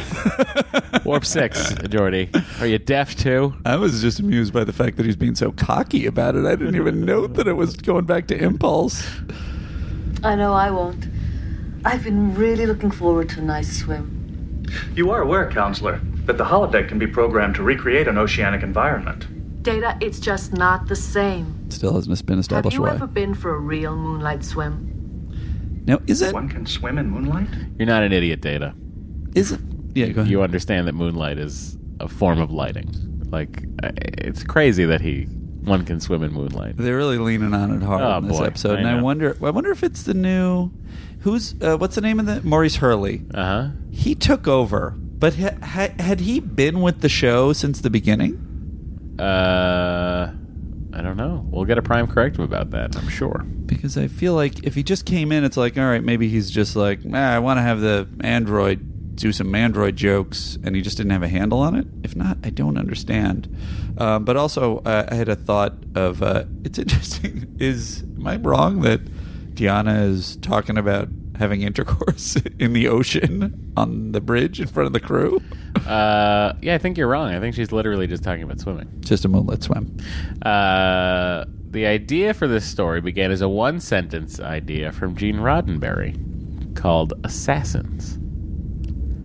[LAUGHS] Warp six, Jordy. Are you deaf too?
I was just amused by the fact that he's being so cocky about it. I didn't even note that it was going back to impulse.
I know I won't. I've been really looking forward to a nice swim.
You are aware, Counselor, that the holodeck can be programmed to recreate an oceanic environment.
Data, it's just not the same.
Still hasn't been
Have
established
you
why.
ever been for a real moonlight swim?
Now, is it?
One can swim in moonlight?
You're not an idiot, Data.
Is it? Yeah,
[LAUGHS]
go ahead.
You understand that moonlight is a form of lighting. Like I- it's crazy that he one can swim in moonlight.
They're really leaning on it hard
Oh,
in this
boy.
episode,
I
and I
know.
wonder. I wonder if it's the new. Who's? Uh, what's the name of the? Maurice Hurley.
Uh huh.
He took over, but ha- ha- had he been with the show since the beginning?
Uh, I don't know. We'll get a prime corrective about that. I'm sure.
Because I feel like if he just came in, it's like, all right, maybe he's just like, ah, I want to have the android do some android jokes, and he just didn't have a handle on it. If not, I don't understand. Um, but also, uh, I had a thought of uh, [LAUGHS] it's interesting. Is am I wrong that Diana is talking about having intercourse [LAUGHS] in the ocean on the bridge in front of the crew?
Uh, yeah, I think you're wrong. I think she's literally just talking about swimming.
Just a moonlit swim.
Uh, the idea for this story began as a one sentence idea from Gene Roddenberry called Assassins,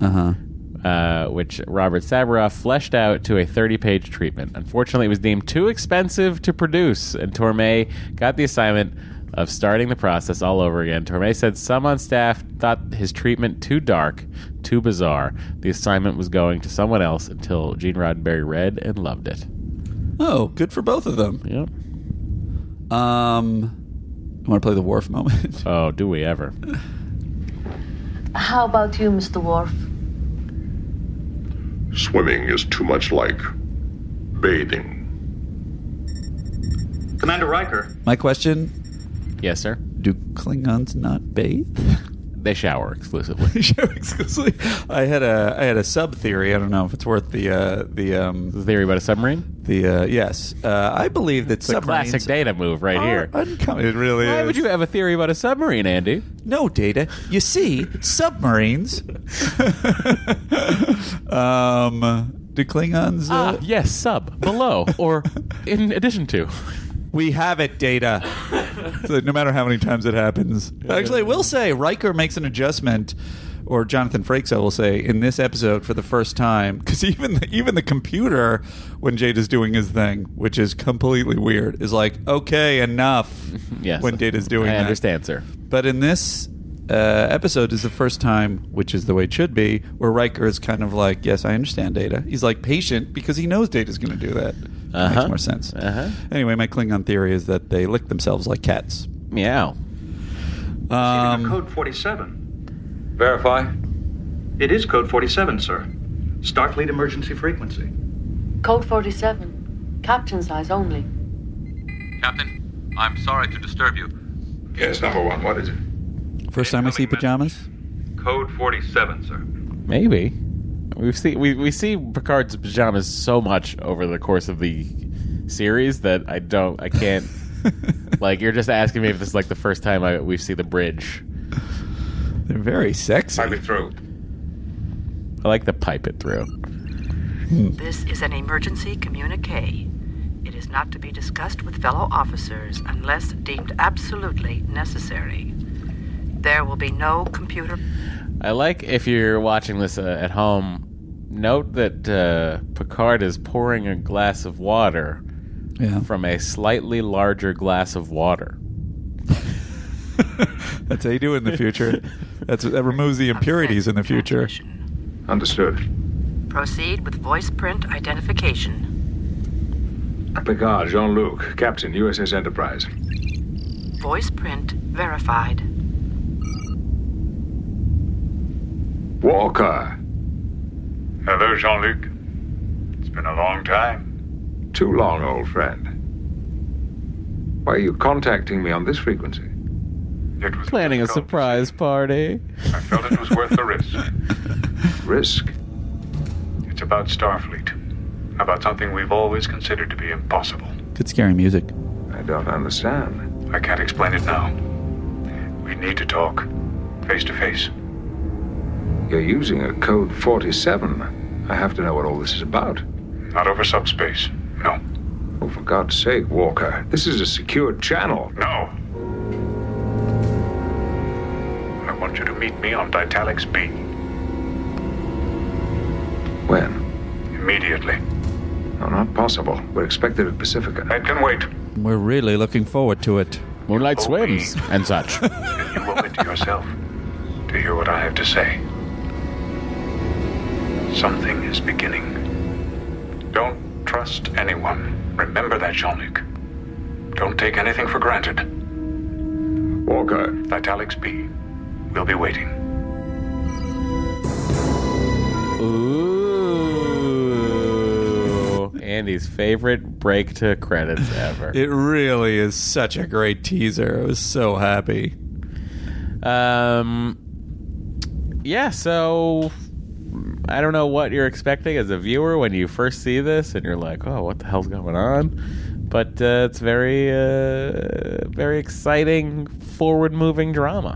Uh huh.
uh, which Robert Sabaroff fleshed out to a 30 page treatment. Unfortunately, it was deemed too expensive to produce, and Torme got the assignment of starting the process all over again. Torme said some on staff thought his treatment too dark, too bizarre. The assignment was going to someone else until Gene Roddenberry read and loved it.
Oh, good for both of them.
Yep.
Um, I want to play the Wharf moment.
Oh, do we ever?
How about you, Mr. Worf?
Swimming is too much like bathing.
Commander Riker,
My question:
Yes, sir.
Do Klingons not [LAUGHS] bathe?
They shower exclusively.
[LAUGHS] I had a I had a sub theory. I don't know if it's worth the uh, the um,
theory about a submarine.
The uh, yes, uh, I believe that
It's a
submarines Uh,
classic data move right here.
are uncommon. It really
Why
is.
would you have a theory about a submarine, Andy?
No data. You see, [LAUGHS] submarines. um, do Klingons? Uh,
Ah, yes, sub, below, or in addition to. [LAUGHS]
we have it, data. so no matter how many times it happens. Actually, I will say Riker makes an adjustment. Or Jonathan Frakes, I will say, in this episode for the first time, because [LAUGHS] even the, even the computer, when Jade is doing his thing, which is completely weird, is like, okay, enough.
[LAUGHS] Yes.
When Data's doing
I
that.
understand, sir.
But in this uh, episode is the first time, which is the way it should be, where Riker is kind of like, "Yes, I understand Data." He's like patient because he knows Data's going to do that. That
Uh-huh.
Makes more sense.
Uh-huh.
Anyway, my Klingon theory is that they lick themselves like cats.
Meow.
Even
Um,
code 47.
Verify.
It is code 47, sir. Starfleet emergency frequency.
Code 47. Captain's eyes only.
Captain, I'm sorry to disturb you.
Yes, number one, what is it?
first time I see pajamas. [LAUGHS]
Code 47, sir.
Maybe. We've seen we, we see Picard's pajamas so much over the course of the series that I don't I can't [LAUGHS] like you're just asking me if this is like the first time I we see the bridge.
They're very sexy.
Pipe it through.
I like the pipe it through.
This is an emergency communique. It is not to be discussed with fellow officers unless deemed absolutely necessary. There will be no computer.
I like if you're watching this uh, at home, note that uh, Picard is pouring a glass of water
Yeah, [LAUGHS]
from a slightly larger glass of water.
that's how you do it in the future. That's that removes the impurities in the future.
Understood.
Proceed with voice print identification.
Picard, Jean Luc, Captain, USS Enterprise.
Voice print verified.
Walker,
Hello, Jean Luc. It's been a long time.
too long, old friend. Why are you contacting me on this frequency?
It was
Planning a surprise party.
I felt it was worth the risk.
Risk?
It's about Starfleet, about something we've always considered to be impossible.
[LAUGHS] Good scary music.
I don't understand.
I can't explain it now. We need to talk face to face.
You're using a code 47. I have to know what all this is about.
Not over subspace. No.
Oh, for God's sake, Walker. This is a secured channel.
No. I want you to meet me on Ditalix B
When?
immediately.
No, not possible. We're expected at Pacifica.
It can wait.
We're really looking forward to it.
Moonlight swims and such.
You owe it to yourself to hear what I have to say. Something is beginning. Don't trust anyone. Remember that, Jean Luc. Don't take anything for granted.
Walker,
Italics B. We'll be waiting.
Ooh. Andy's favorite break to credits ever.
It really is such a great teaser. I was so happy.
Um, yeah, so I don't know what you're expecting as a viewer when you first see this and you're like, oh, what the hell's going on? But uh, it's very, uh, very exciting, forward moving drama.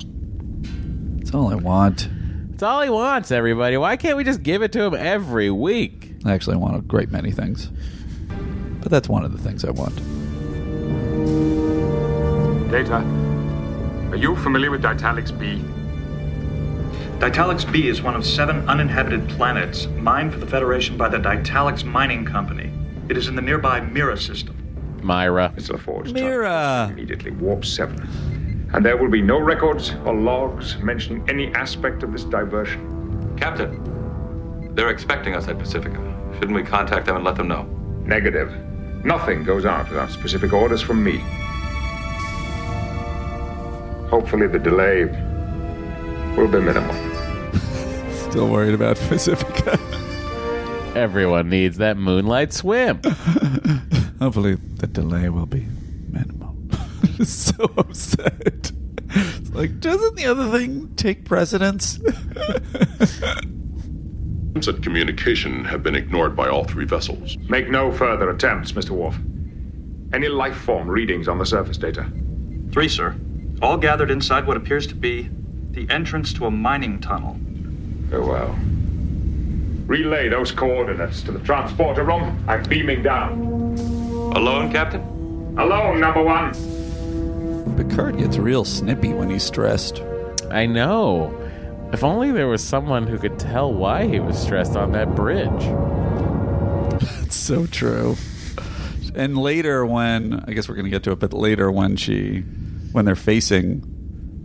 That's all I want.
It's all he wants, everybody. Why can't we just give it to him every week?
I actually want a great many things. But that's one of the things I want.
Data, are you familiar with Italics B?
Ditalix B is one of seven uninhabited planets mined for the Federation by the Ditalix Mining Company. It is in the nearby Mira system.
Myra.
It's a forged
Mira.
Immediately warp seven. And there will be no records or logs mentioning any aspect of this diversion.
Captain, they're expecting us at Pacifica. Shouldn't we contact them and let them know?
Negative. Nothing goes out without specific orders from me. Hopefully, the delay will be minimal.
Still worried about [LAUGHS] Pacifica.
Everyone needs that moonlight swim.
Hopefully, the delay will be minimal. Just [LAUGHS] so upset. It's like, doesn't the other thing take precedence?
Attempts at communication have been ignored by all three vessels.
Make no further attempts, Mr. Worf. Any life form readings on the surface data?
Three, sir. All gathered inside what appears to be the entrance to a mining tunnel.
Oh, well. Relay those coordinates to the transporter room. I'm beaming down.
Alone, Captain?
Alone, number one.
Picard gets real snippy when he's stressed.
I know. If only there was someone who could tell why he was stressed on that bridge.
It's so true. And later, when I guess we're going to get to it, but later when she, when they're facing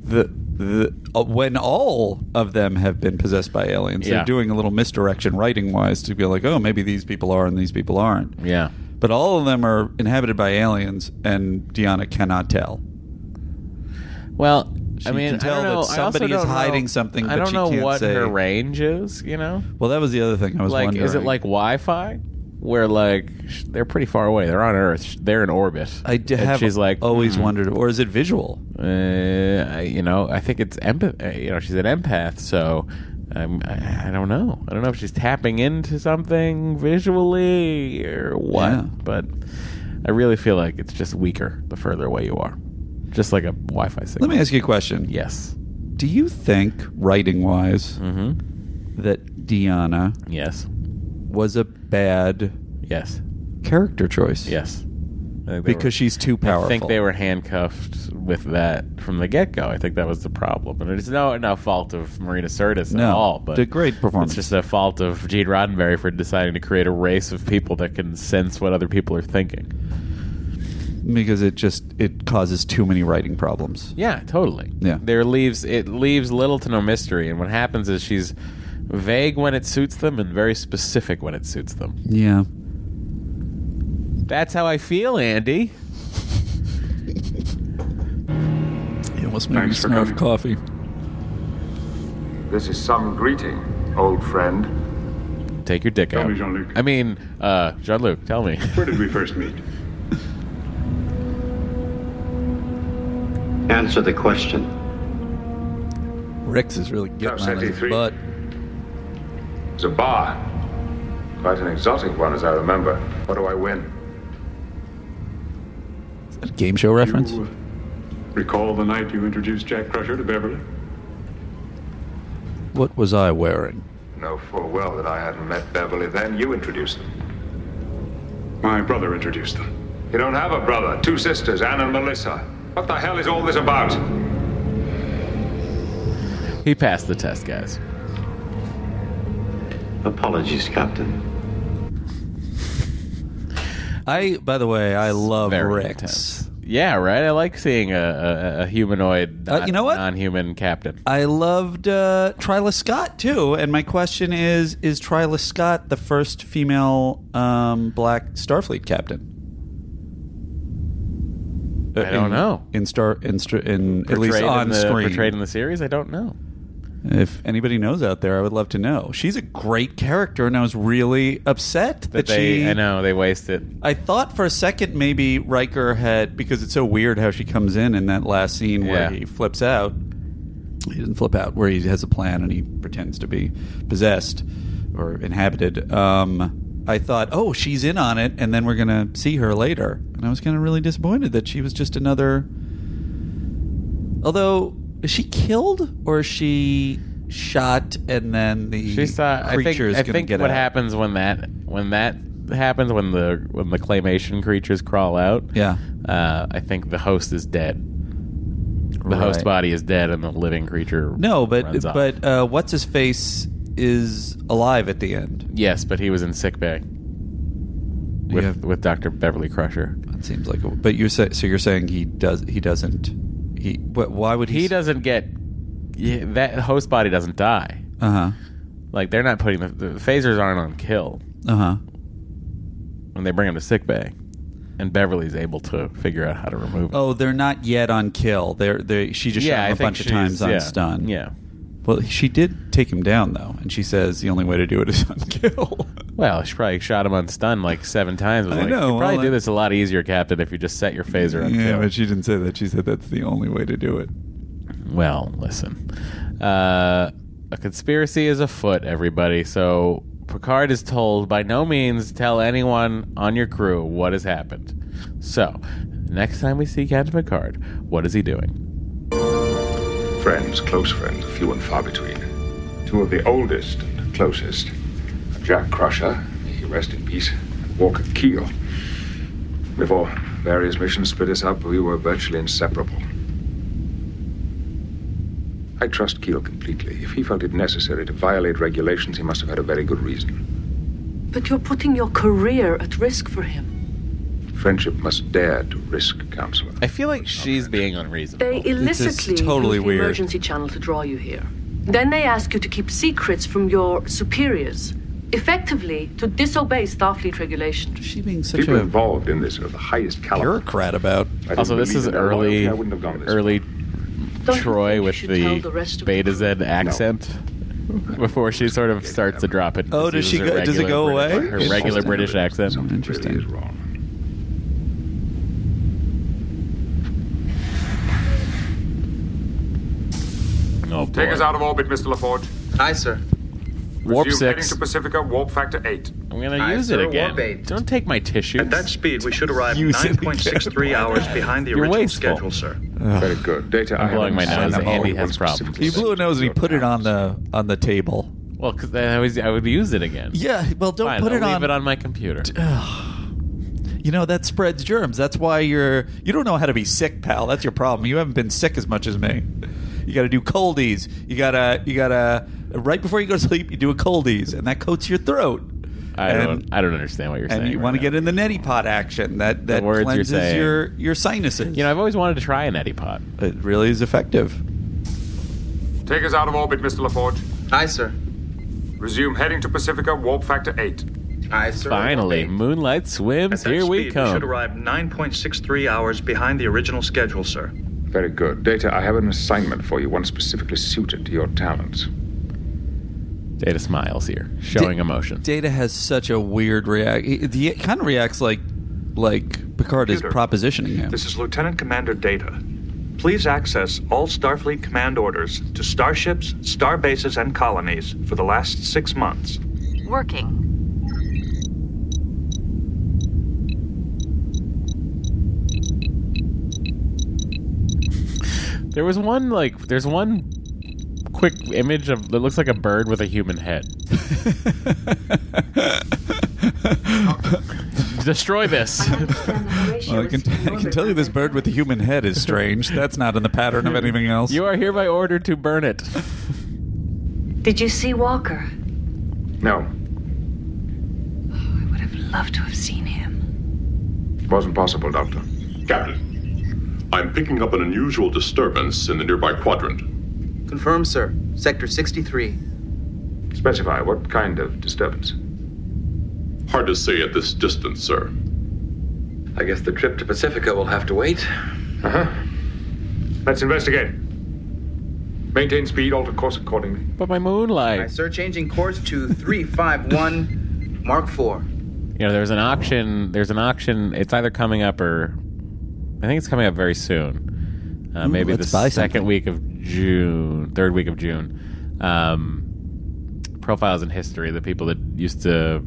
the. The, uh, when all of them have been possessed by aliens,
Yeah.
they're doing a little misdirection writing wise to be like, oh, maybe these people are and these people aren't.
Yeah.
But all of them are inhabited by aliens, and Deanna cannot tell.
Well,
She
I mean,
can tell
I don't know. I
that
also
somebody is
don't know-
hiding something,
I
but
don't
she
know
can't
what
say.
her range is. You know,
Well, that was the other thing I was
like,
wondering.
is it like Wi-Fi, where like sh- they're pretty far away? They're on Earth. sh- They're in orbit.
I d-
And
have
she's like hmm.
always wondered, or is it visual?
Uh, I- you know, I think it's empath. uh, You know, she's an empath, so um, I, I don't know. I don't know if she's tapping into something visually or what.
Yeah.
But I really feel like it's just weaker the further away you are, just like a Wi-Fi signal.
Let me ask you a question.
Yes. Mm-hmm.
Do you think, writing wise,
Mm.
that Deanna
yes
was a bad
yes
character choice?
Yes. I think they
Because she's too
I think
powerful.
they were handcuffed with that from the get go. I think that was the problem, and it's no no fault of Marina Sirtis at
No,
all. But
did great performance.
It's just a fault of Gene Roddenberry for deciding to create a race of people that can sense what other people are thinking.
Because it just it causes too many writing problems.
Yeah, totally.
Yeah.
there leaves it leaves little to no mystery, and what happens is she's vague when it suits them and very specific when it suits them.
Yeah.
That's how I feel, Andy.
It almost
made me Thanks for snuff coming.
coffee.
This is some greeting, old friend.
Take your dick
Tell
out.
me, Jean-Luc.
I mean, uh, Jean Luc, tell me. [LAUGHS]
Where did we first meet?
Answer the question.
Rex is really getting
House
on his
83.
butt.
It's a bar. Quite an exotic one, as I remember. What do I win?
Is that a game show reference?
You uh, recall the night you introduced Jack Crusher to Beverly?
What was I wearing?
Know full well that I hadn't met Beverly then. You introduced them.
My brother introduced them.
You don't have a brother, two sisters, Anne and Melissa. What the hell is all this about?
He passed the test, guys.
Apologies, Captain.
I, by the way, I love Rex.
Yeah, right. I like seeing a, a, a humanoid,
Uh,
non,
you know what?
non-human captain.
I loved uh, Twyla Scott too, and my question is: Is Twyla Scott the first female um, black Starfleet captain? Uh,
I don't
in-
know.
In star, in, str- in at least
Portrayed in
on
the-
screen.
portrayed in the series. I don't know.
If anybody knows out there, I would love to know. She's a great character, and I was really upset that,
That they,
she.
I know they waste it.
I thought for a second maybe Riker had because it's so weird how she comes in in that last scene where
Yeah.
he flips out. He doesn't flip out where he has a plan and he pretends to be possessed or inhabited. Um, I thought, oh, she's in on it, and then we're gonna see her later. And I was kind of really disappointed that she was just another. Although is she killed or is she shot and then the
She saw. uh, I think.
creature is
I
gonna
think
get
what
out?
happens when that when that happens when the when the claymation creatures crawl out.
Yeah.
Uh, I think the host is dead. The
Right.
host body is dead, and the living creature.
No, but
runs off.
but uh, what's his face is alive at the end.
yes, but he was in sick bay. with with Doctor Beverly Crusher.
That seems like, a, but you say so. You're saying he does. He doesn't. He. But why would he?
He doesn't get yeah, that host body doesn't die.
Uh huh.
Like they're not putting the, the phasers aren't on kill
Uh huh.
when they bring him to sick bay, and Beverly's able to figure out how to remove him.
Oh, they're not yet on kill. They're they. She just
Yeah,
shot
I
him a
think
bunch of
she's-
times on
yeah,
stun.
yeah.
Well, she did take him down though, and she says the only way to do it is on [LAUGHS] kill.
Well, she probably shot him on stun like seven times. Was
I
like,
know,
You could probably
well,
do
I-
this a lot easier, Captain, if you just set your phaser on
yeah,
kill.
but she didn't say that. She said that's the only way to do it.
Well, listen. Uh, a conspiracy is afoot, everybody. So Picard is told by no means tell anyone on your crew what has happened. So, next time we see Captain Picard, what is he doing?
Friends, close friends, few and far between. Two of the oldest and closest. Jack Crusher, may he rest in peace, and Walker Keel. Before various missions split us up, we were virtually inseparable. I trust Keel completely. If he felt it necessary to violate regulations, he must have had a very good reason.
But you're putting your career at risk for him.
Friendship must dare to risk, Counselor.
I feel like she's being unreasonable.
They illicitly use the emergency channel to draw you here. Then they ask you to keep secrets from your superiors, effectively to disobey Starfleet regulations.
She means
People involved in this are of the highest caliber.
Bureaucrat about.
I
Also,
didn't
this
believe
is
in their loyalty,
early,
I wouldn't have gone this
early
Don't you
Troy with the,
tell the rest of
Beta
the
Z
crew?
accent before she sort of starts to drop it.
Oh,
Just
does she
uses her
go- does it
regular
go
British-
away?
Her regular
Interesting.
British accent.
Interesting.
Oh,
Take
boy.
us out of orbit, Mr. LaForge.
Aye, sir.
Warp
Resume
six.
heading to Pacifica, warp factor 8.
I'm gonna
Aye,
use
sir,
it
warp
again.
eight.
Don't take my tissue.
At that speed, we should arrive
Use it
9.63
again.
hours behind the
You're
original
wasteful. Uh,
schedule, sir.
Very good. Data
I'm
I
blowing my
haven't
nose.
seen about
Andy
one
has problems.
He blew a nose and he put it on the on the table.
Well, because I was I would use it again.
Yeah, well, don't
Fine,
put
I'll
it
leave
on-
it on my computer.
You know that spreads germs. That's why you're you don't know how to be sick, pal. That's your problem. You haven't been sick as much as me. You got to do coldies. You gotta you gotta right before you go to sleep, you do a coldies, and that coats your throat.
I
And-
don't I don't understand what you're
and
saying.
you
right
want
now.
to get in the neti pot action that that
words you're
cleanses
saying.
your your sinuses. You
know, I've always wanted to try an neti pot.
It really is effective.
Take us out of orbit, Mr. LaForge.
Aye, sir.
Resume heading to Pacifica, warp factor 8.
Aye, sir.
Finally, Moonlight swims.
At that
Here we
speed, We should
come.
arrive 9.63 hours behind the original schedule, sir.
Very good. Data, I have an assignment for you, one specifically suited to your talents.
Data smiles here, showing
Da-
emotion.
Data has such a weird react. He, he kind of reacts like like Picard is
Computer.
propositioning him.
This is Lieutenant Commander Data. Please access all Starfleet command orders to starships, star bases, and colonies for the last six months.
Working.
There was one like there's one quick image of that looks like a bird with a human head. [LAUGHS]
[LAUGHS]
Destroy this. [LAUGHS]
Well, I, can, I can tell you this bird with the human head is strange. That's not in the pattern of anything else.
You are hereby ordered to burn it.
Did you see Walker?
No,
I would have loved to have seen him.
it wasn't possible, Doctor.
Captain, I'm picking up an unusual disturbance in the nearby quadrant.
Confirmed, sir. Sector 63.
Specify what kind of disturbance.
Hard to say at this distance, sir.
I guess the trip to Pacifica will have to wait.
Uh huh. Let's investigate. Maintain speed, alter course accordingly.
But my moonlight.
Aye, sir. Changing course to 351 Mark 4.
you know there's an auction there's an auction it's either coming up or i think it's coming up very soon uh,
Ooh,
maybe the
let's buy
second week of june third week of june um, profiles in history the people that used to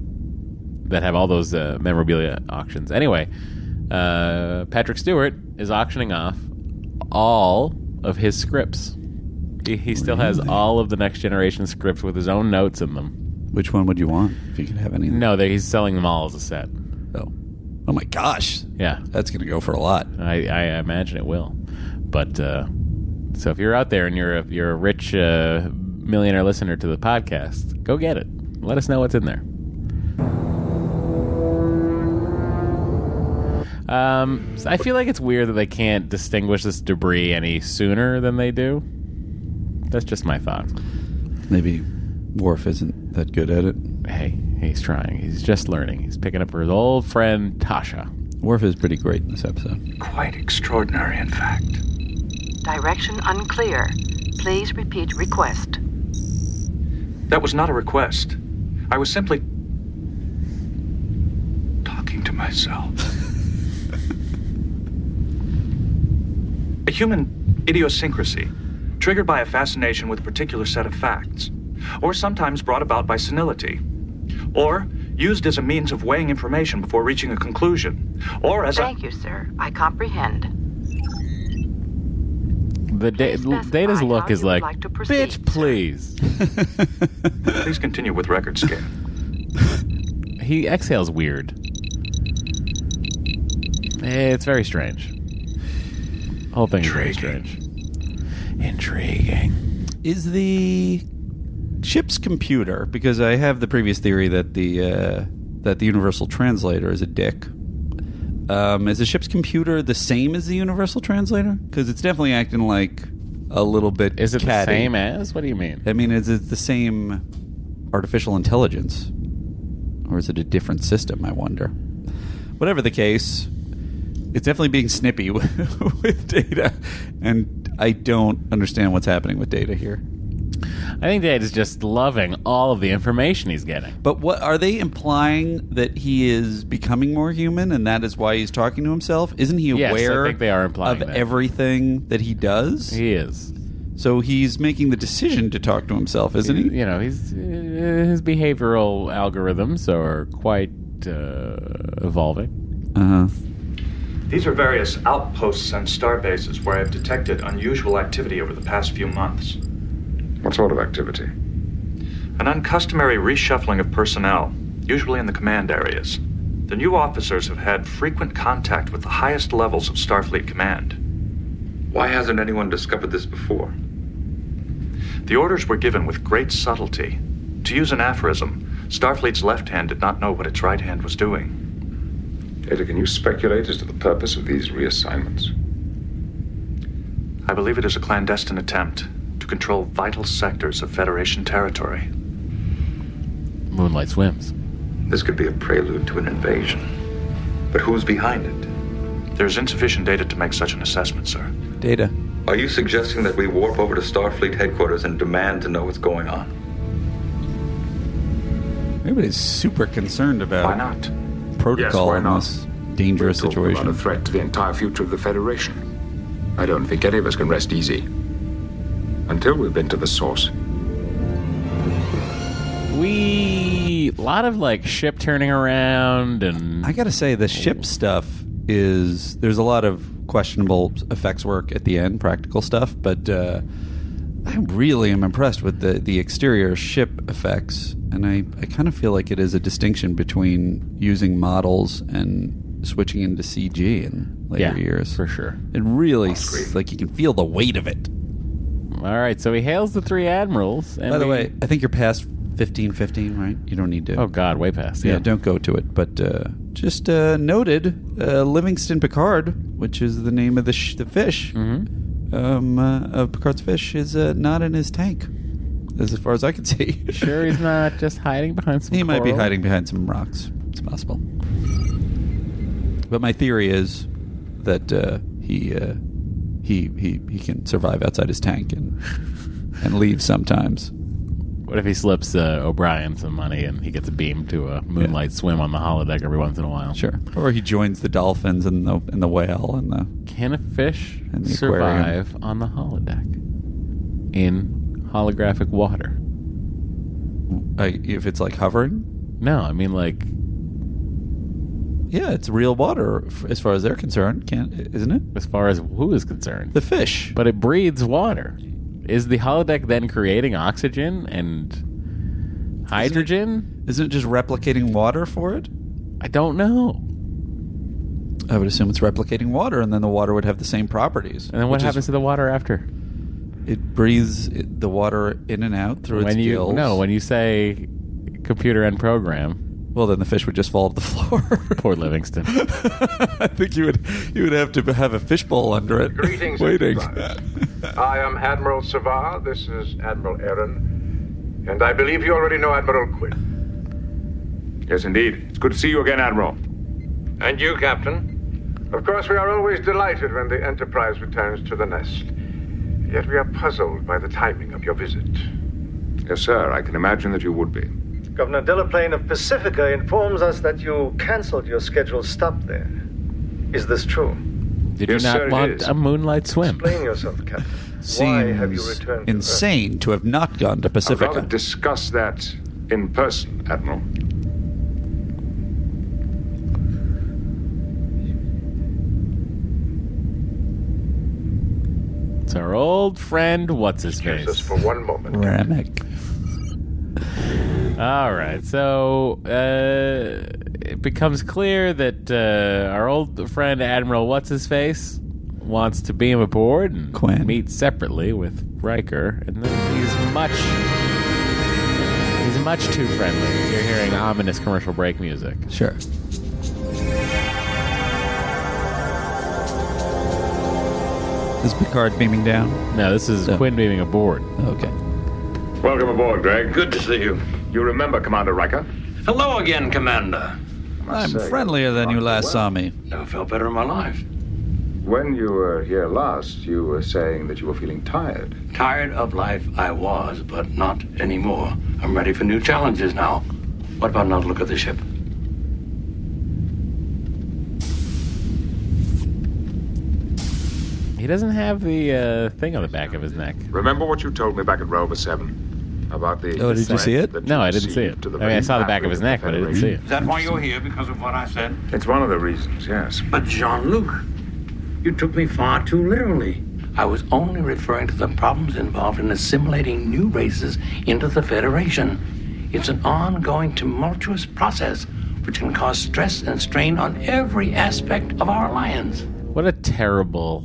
that have all those uh, memorabilia auctions anyway uh, patrick stewart is auctioning off all of his scripts he, he still has all of the next generation scripts with his own notes in them
Which one would you want if you could have any?
no they, he's selling them all as a set
Oh, oh my gosh.
Yeah,
that's going to go for a lot.
I, I imagine it will. But uh, so if you're out there and you're a, you're a rich uh, millionaire listener to the podcast, go get it. Let us know what's in there. Um, so I feel like it's weird that they can't distinguish this debris any sooner than they do. That's just my thought.
Maybe Worf isn't that good at it.
Hey, he's trying. He's just learning. He's picking up for his old friend Tasha.
Worf is pretty great in this episode.
Quite extraordinary, in fact.
Direction unclear. Please repeat request.
That was not a request. I was simply
talking to myself.
a human idiosyncrasy, triggered by a fascination with a particular set of facts, or sometimes brought about by senility, or used as a means of weighing information before reaching a conclusion, or as
Thank you, sir. I comprehend.
The da- Data's look is like, bitch, please.
a. Please continue with record scan.
He exhales weird. Eh, It's very strange. Whole thing is very strange. Intriguing.
Is the ship's computer because I have the previous theory that the uh, that the universal translator is a dick. Um, is the ship's computer the same as the universal translator? Because it's definitely acting like a little bit.
Is it the
catty.
same as? What do you mean?
I mean, is it the same artificial intelligence, or is it a different system? I wonder. Whatever the case, it's definitely being snippy [LAUGHS] with, with data, and I don't understand what's happening with data here.
I think Data's just loving all of the information he's getting.
But what are they implying that he is becoming more human, and that is why he's talking to himself? Isn't he
Yes, I
aware?
think they are implying
of
that.
everything that he does.
He is.
So he's making the decision to talk to himself, isn't he?
You know, he's uh, his behavioral algorithms are quite uh, evolving.
Uh huh.
These are various outposts and star bases where I've detected unusual activity over the past few months.
What sort of activity?
An uncustomary reshuffling of personnel, usually in the command areas. The new officers have had frequent contact with the highest levels of Starfleet Command.
Why hasn't anyone discovered this before?
The orders were given with great subtlety. To use an aphorism, Starfleet's left hand did not know what its right hand was doing.
Data, can you speculate as to the purpose of these reassignments?
I believe it is a clandestine attempt to control vital sectors of Federation territory.
Moonlight swims.
This could be a prelude to an invasion. But who's behind it?
There's insufficient data to make such an assessment, sir.
Data.
Are you suggesting that we warp over to Starfleet headquarters and demand to know what's going on?
Everybody's super concerned about
Why not?
protocol
Yes, why
in
not?
this dangerous
Talking
situation.
About a threat to the entire future of the Federation. I don't think any of us can rest easy until we've been to the source.
We a lot of like ship turning around and
I gotta say, the ship stuff is there's a lot of questionable effects work at the end, practical stuff, but uh, I really am impressed with the the exterior ship effects, and I I kind of feel like it is a distinction between using models and switching into CG in later
Yeah,
years for
sure.
It really s- like you can feel the weight of it.
All right, so he hails the three admirals. And
By the
we-
way, I think you're past fifteen fifteen, right? You don't need to.
Oh, God, way past,
Yeah,
yeah.
don't go to it. But uh, just uh, noted, uh, Livingston Picard, which is the name of the sh- the fish,
Mm-hmm.
um, uh, of Picard's fish, is uh, not in his tank, as far as I can [LAUGHS] see.
sure he's
[LAUGHS]
not just hiding behind some.
he might be
coral?
hiding behind some rocks. It's possible. But my theory is that uh, he uh, he he he can survive outside his tank and and leave sometimes.
What if he slips uh, O'Brien some money and he gets a beam to a moonlight swim on the holodeck every once in a while?
Sure. Or he joins the dolphins and the and the whale and the
Can a fish
and the aquarium.
survive on the holodeck in holographic water?
I, uh, if it's like hovering?
No, I mean like
Yeah, it's real water f- as far as they're concerned, can't isn't it?
as far as who is concerned,
the fish.
But it breathes water. Is the holodeck then creating oxygen and hydrogen?
Isn't it just replicating water for it?
I don't know.
I would assume it's replicating water, and then the water would have the same properties.
And then what
which is-
happens to the water after?
it breathes it, the water in and out through
when
its
you
gills.
no, when you say computer end program,
Well, then the fish would just fall to the floor.
[LAUGHS] Poor Livingston.
[LAUGHS] I think you would you would have to have a fishbowl under it,
Greetings,
[LAUGHS] waiting.
everybody.
[LAUGHS]
I am Admiral Savar. This is Admiral Aaron. And I believe you already know Admiral Quinn.
Yes, indeed. It's good to see you again, Admiral.
And you, Captain. Of course, we are always delighted when the Enterprise returns to the nest. Yet we are puzzled by the timing of your visit.
Yes, sir. I can imagine that you would be.
Governor Delaplane of Pacifica informs us that you canceled your scheduled stop there. Is this true?
Did
Yes,
you not
sir, it
want
is.
a moonlight swim?
Explain yourself, Captain. Why have you
Seems
returned?
insane to have not gone to
I'd
Pacifica.
rather discuss that in person, Admiral.
It's our old friend. What's his face?
Just for one moment.
All right. So uh, it becomes clear that uh, our old friend Admiral What's His Face wants to beam aboard and meet separately with Riker, and then he's much he's much too friendly. You're hearing ominous commercial break music.
Sure. Is Picard beaming down?
No, this is Quinn beaming aboard.
Okay.
Welcome aboard, Greg. Good to see you. You remember Commander Riker?
Hello again, Commander.
I'm friendlier than you last saw me.
Never felt better in my life.
When you were here last, you were saying that you were feeling tired.
Tired of life I was, but not anymore. I'm ready for new challenges now. What about another look at the ship?
He doesn't have the uh, thing on the back of his neck.
Remember what you told me back at Rover 7 about the.
Oh, did you see it?
that
No,
you
I didn't see
received
it.
to
I mean, I saw the back of his neck, but I didn't see it.
Is that why you're here? Because of what I said?
It's one of the reasons, yes.
But Jean Luc, you took me far too literally. I was only referring to the problems involved in assimilating new races into the Federation. It's an ongoing, tumultuous process which can cause stress and strain on every aspect of our alliance.
What a terrible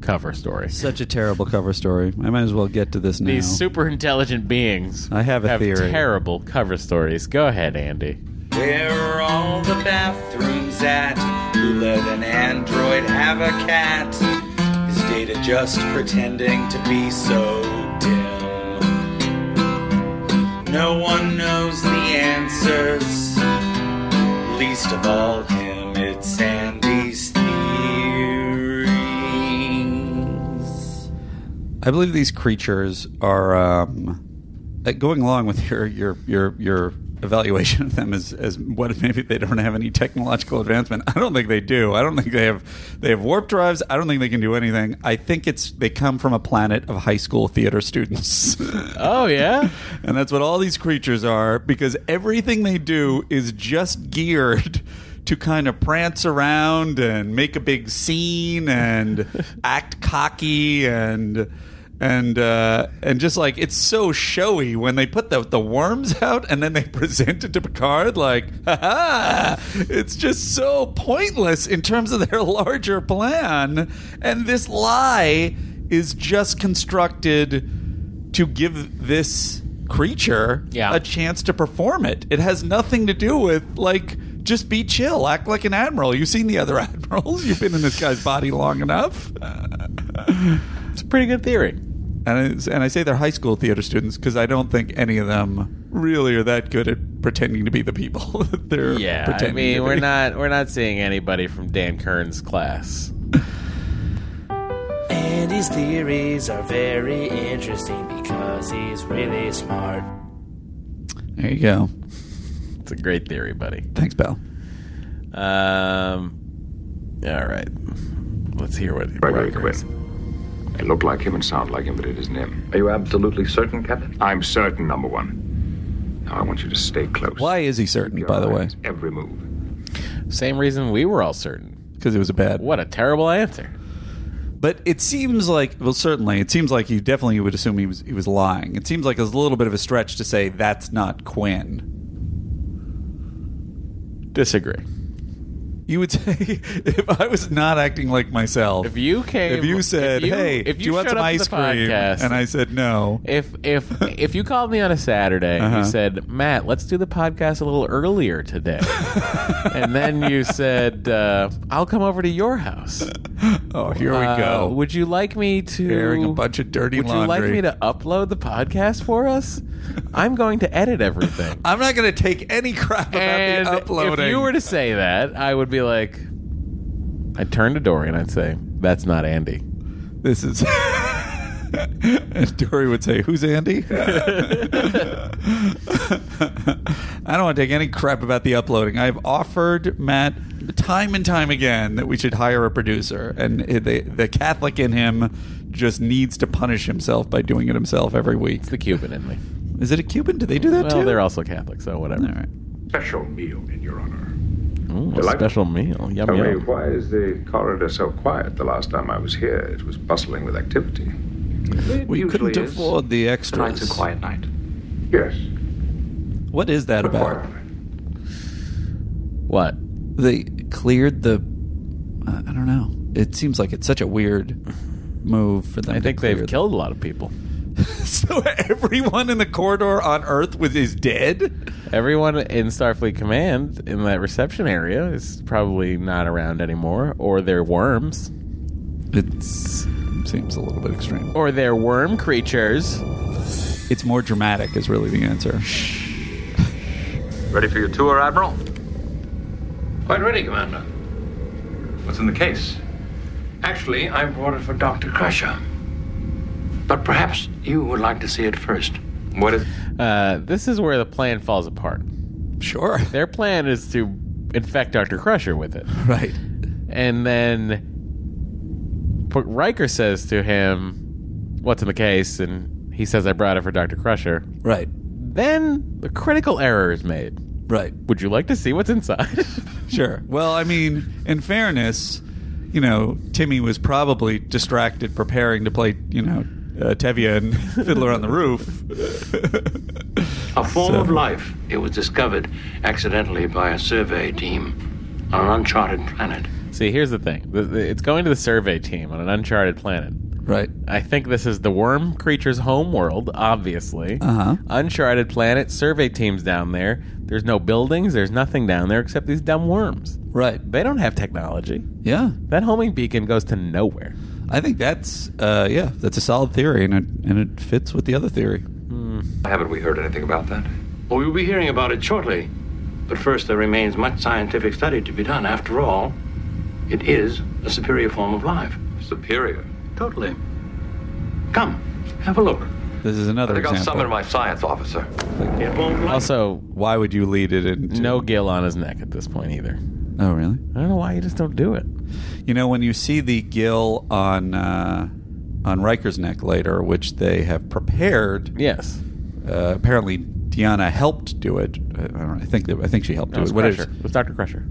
cover story.
Such a terrible cover story. I might as well get to this now.
These super intelligent beings
I have a theory.
terrible cover stories. Go ahead, Andy.
Where are all the bathrooms at? Let an android have a cat. Is data just pretending to be so dim? No one knows the answers. Least of all him, it's Sandy's theories.
I believe these creatures are um, uh, going along with your your your your evaluation of them as as what if maybe they don't have any technological advancement. I don't think they do. I don't think they have they have warp drives. I don't think they can do anything. I think it's they come from a planet of high school theater students. [LAUGHS]
oh yeah,
and that's what all these creatures are because everything they do is just geared. [LAUGHS] To kind of prance around and make a big scene and act cocky and and uh, and just like it's so showy when they put the the worms [LAUGHS] out and then they present it to Picard like ha ha it's just so pointless in terms of their [LAUGHS] larger plan and this lie is just constructed to give this creature a chance to perform it it has nothing to do with like just be chill act like an admiral you've seen the other [LAUGHS] admirals you've been in this guy's body long enough [LAUGHS]
it's a pretty good theory.
And I, and I say they're high school theater students because I don't think any of them really are that good at pretending to be the people [LAUGHS] that they're
Yeah, I
pretending
mean
to
we're
be.
not we're not seeing anybody from Dan Kern's class.
And his theories are very interesting because he's really smart.
There you go.
It's a great theory, buddy.
Thanks, pal.
Um, all right, let's hear what
Gregory Quinn. I look like him and sound like him, but it isn't him. Are you absolutely certain, Captain? I'm certain, number one. Now I want you to stay close.
Why is he certain, by the way?
Every move.
Same reason we were all certain
because it was a bad.
What a terrible answer.
But it seems like, well, certainly, it seems like you definitely would assume he was he was lying. It seems like it was a little bit of a stretch to say that's not Quinn.
Disagree.
You would [LAUGHS] say if I was not acting like myself. If
you came,
if you said,
if you-
"Hey,
if
do
you
you want
showed
some
up to
ice
the
cream?"
podcast-
and I said no,
If if if you called me on a Saturday and
Uh-huh.
you said, Matt, let's do the podcast a little earlier
[LAUGHS]
today, and then you said, uh, I'll come over to your house. Uh,
Oh, here we go.
Would you like me to
Airing a bunch of dirty
Would you like
laundry.
me to upload the podcast for us? I'm going to edit
[LAUGHS]
everything.
I'm not going to take any crap about
and
the uploading.
If you were to say that, I would be like, I'd turn to Dory and I'd say, "That's not Andy."
This is. [LAUGHS] and Dory would say, "Who's Andy?" [LAUGHS] I don't want to take any crap about the uploading. I've offered Matt time and time again that we should hire a producer, and the the Catholic in him just needs to punish himself by doing it himself every week. It's
the Cuban in me.
Is it a Cuban? Do they do that
well,
too?
they're also Catholic, so whatever. All right.
Special meal in your honor.
Ooh, a
Delightful.
special meal. Yum,
Tell me,
yum.
why is the corridor so quiet? The last time I was here, it was bustling with activity.
we
usually
couldn't
is.
afford the extras.
Tonight's a quiet night. Yes.
What is that about?
What?
They cleared the. I I don't know. It seems like it's such a weird move for them.
I think they've killed a lot of people.
[LAUGHS] so everyone in the corridor on Earth was is dead.
Everyone in Starfleet Command in that reception area is probably not around anymore, or they're worms.
It seems a little bit extreme.
Or they're worm creatures.
It's more dramatic, is really the answer.
Ready for your tour, Admiral?
Quite ready, Commander.
What's in the case?
Actually, I brought it for Dr. Crusher. But perhaps you would like to see it first.
What is?
Uh, this is where the plan falls apart.
Sure.
Their plan is to infect Doctor Crusher with it,
right?
And then P- Riker says to him, "What's in the case?" And he says, "I brought it for Doctor Crusher."
Right.
Then the critical error is made.
Right.
Would you like to see what's inside? [LAUGHS]
Sure. Well, I mean, in fairness, you know, Timmy was probably distracted preparing to play, you know, uh, Tevye and [LAUGHS] Fiddler on the Roof.
A form
So-
of life. It was discovered accidentally by a survey team on an uncharted planet.
See, here's the thing. The- the- It's going to the survey team on an uncharted planet.
Right.
I think this is the worm creature's home world, obviously.
Uh-huh.
Uncharted planet, survey team's down there. There's no buildings, there's nothing down there except these dumb worms.
Right.
They don't have technology.
Yeah.
That homing beacon goes to nowhere.
I think that's uh, yeah, that's a solid theory, and it and it fits with the other theory.
Haven't we heard anything about that?
Oh, Well, we'll be hearing about it shortly. But first, there remains much scientific study to be done. After all, it is a superior form of life.
Superior.
Totally. Come, have a look.
This is another
I think I'll
example.
summon my science officer.
It won't
Also,
why would you lead it into
no gill on his neck at this point either?
Oh, really?
I don't know why you just don't do it.
You know, when you see the gill on uh, on Riker's neck later, which they have prepared.
Yes.
Uh, apparently, Deanna helped do it. Uh, I, I don't. know. I think that, I think she helped
No,
do
it's
it. What is?
Crusher. It was Dr. Crusher.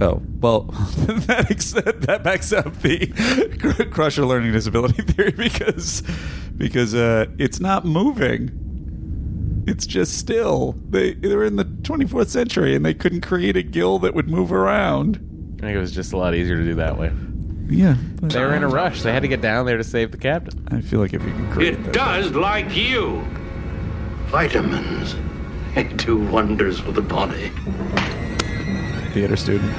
Oh well, [LAUGHS] that ex- that backs up the [LAUGHS] cr- Crusher learning disability theory because because uh, it's not moving. It's just still. They they were in the 24th century and they couldn't create a gill that would move around.
I think it was just a lot easier to do that way.
Yeah,
They were in a rush. They had to get down there to save the captain.
I feel like if you can create
It does like you. Vitamins. They do wonders for the body.
theater student.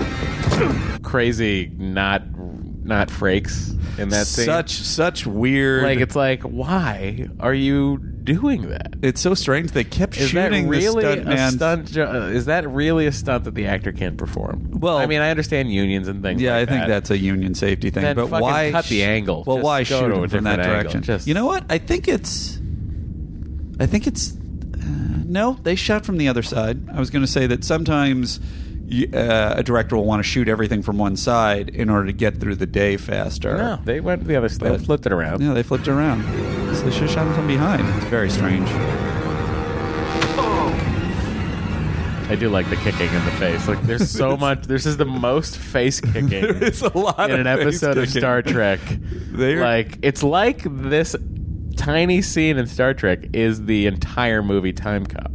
crazy not not frakes in that scene.
Such such weird.
like it's like why are you doing that?
It's so strange they kept
Is that
shooting
really
the stunt
a
man.
stunt? Jo- is that really a stunt that the actor can't perform? Well, I mean, I understand unions and things.
yeah, I
like
think
that.
that's a union safety thing.
Then
but
fucking
why
cut the
sh-
angle.
Well,
Just go
why
to
shoot
a
him from that
different angle.
direction?
Just-
you know what? I think it's. I think it's. uh, no, they shot from the other side. I was going to say that sometimes you, uh, a director will want to shoot everything from one side in order to get through the day faster.
No, they went the other. They
But-
flipped it around.
Yeah, they flipped it around. So they should have shot him from behind. It's very strange.
I do like the kicking in the face. Like there's
[LAUGHS]
so much. This is the most face kicking. there
is a lot
in
of
an episode of
face-kicking.
Star Trek.
They're- [LAUGHS]
like it's like this tiny scene in Star Trek is the entire movie Time Cop.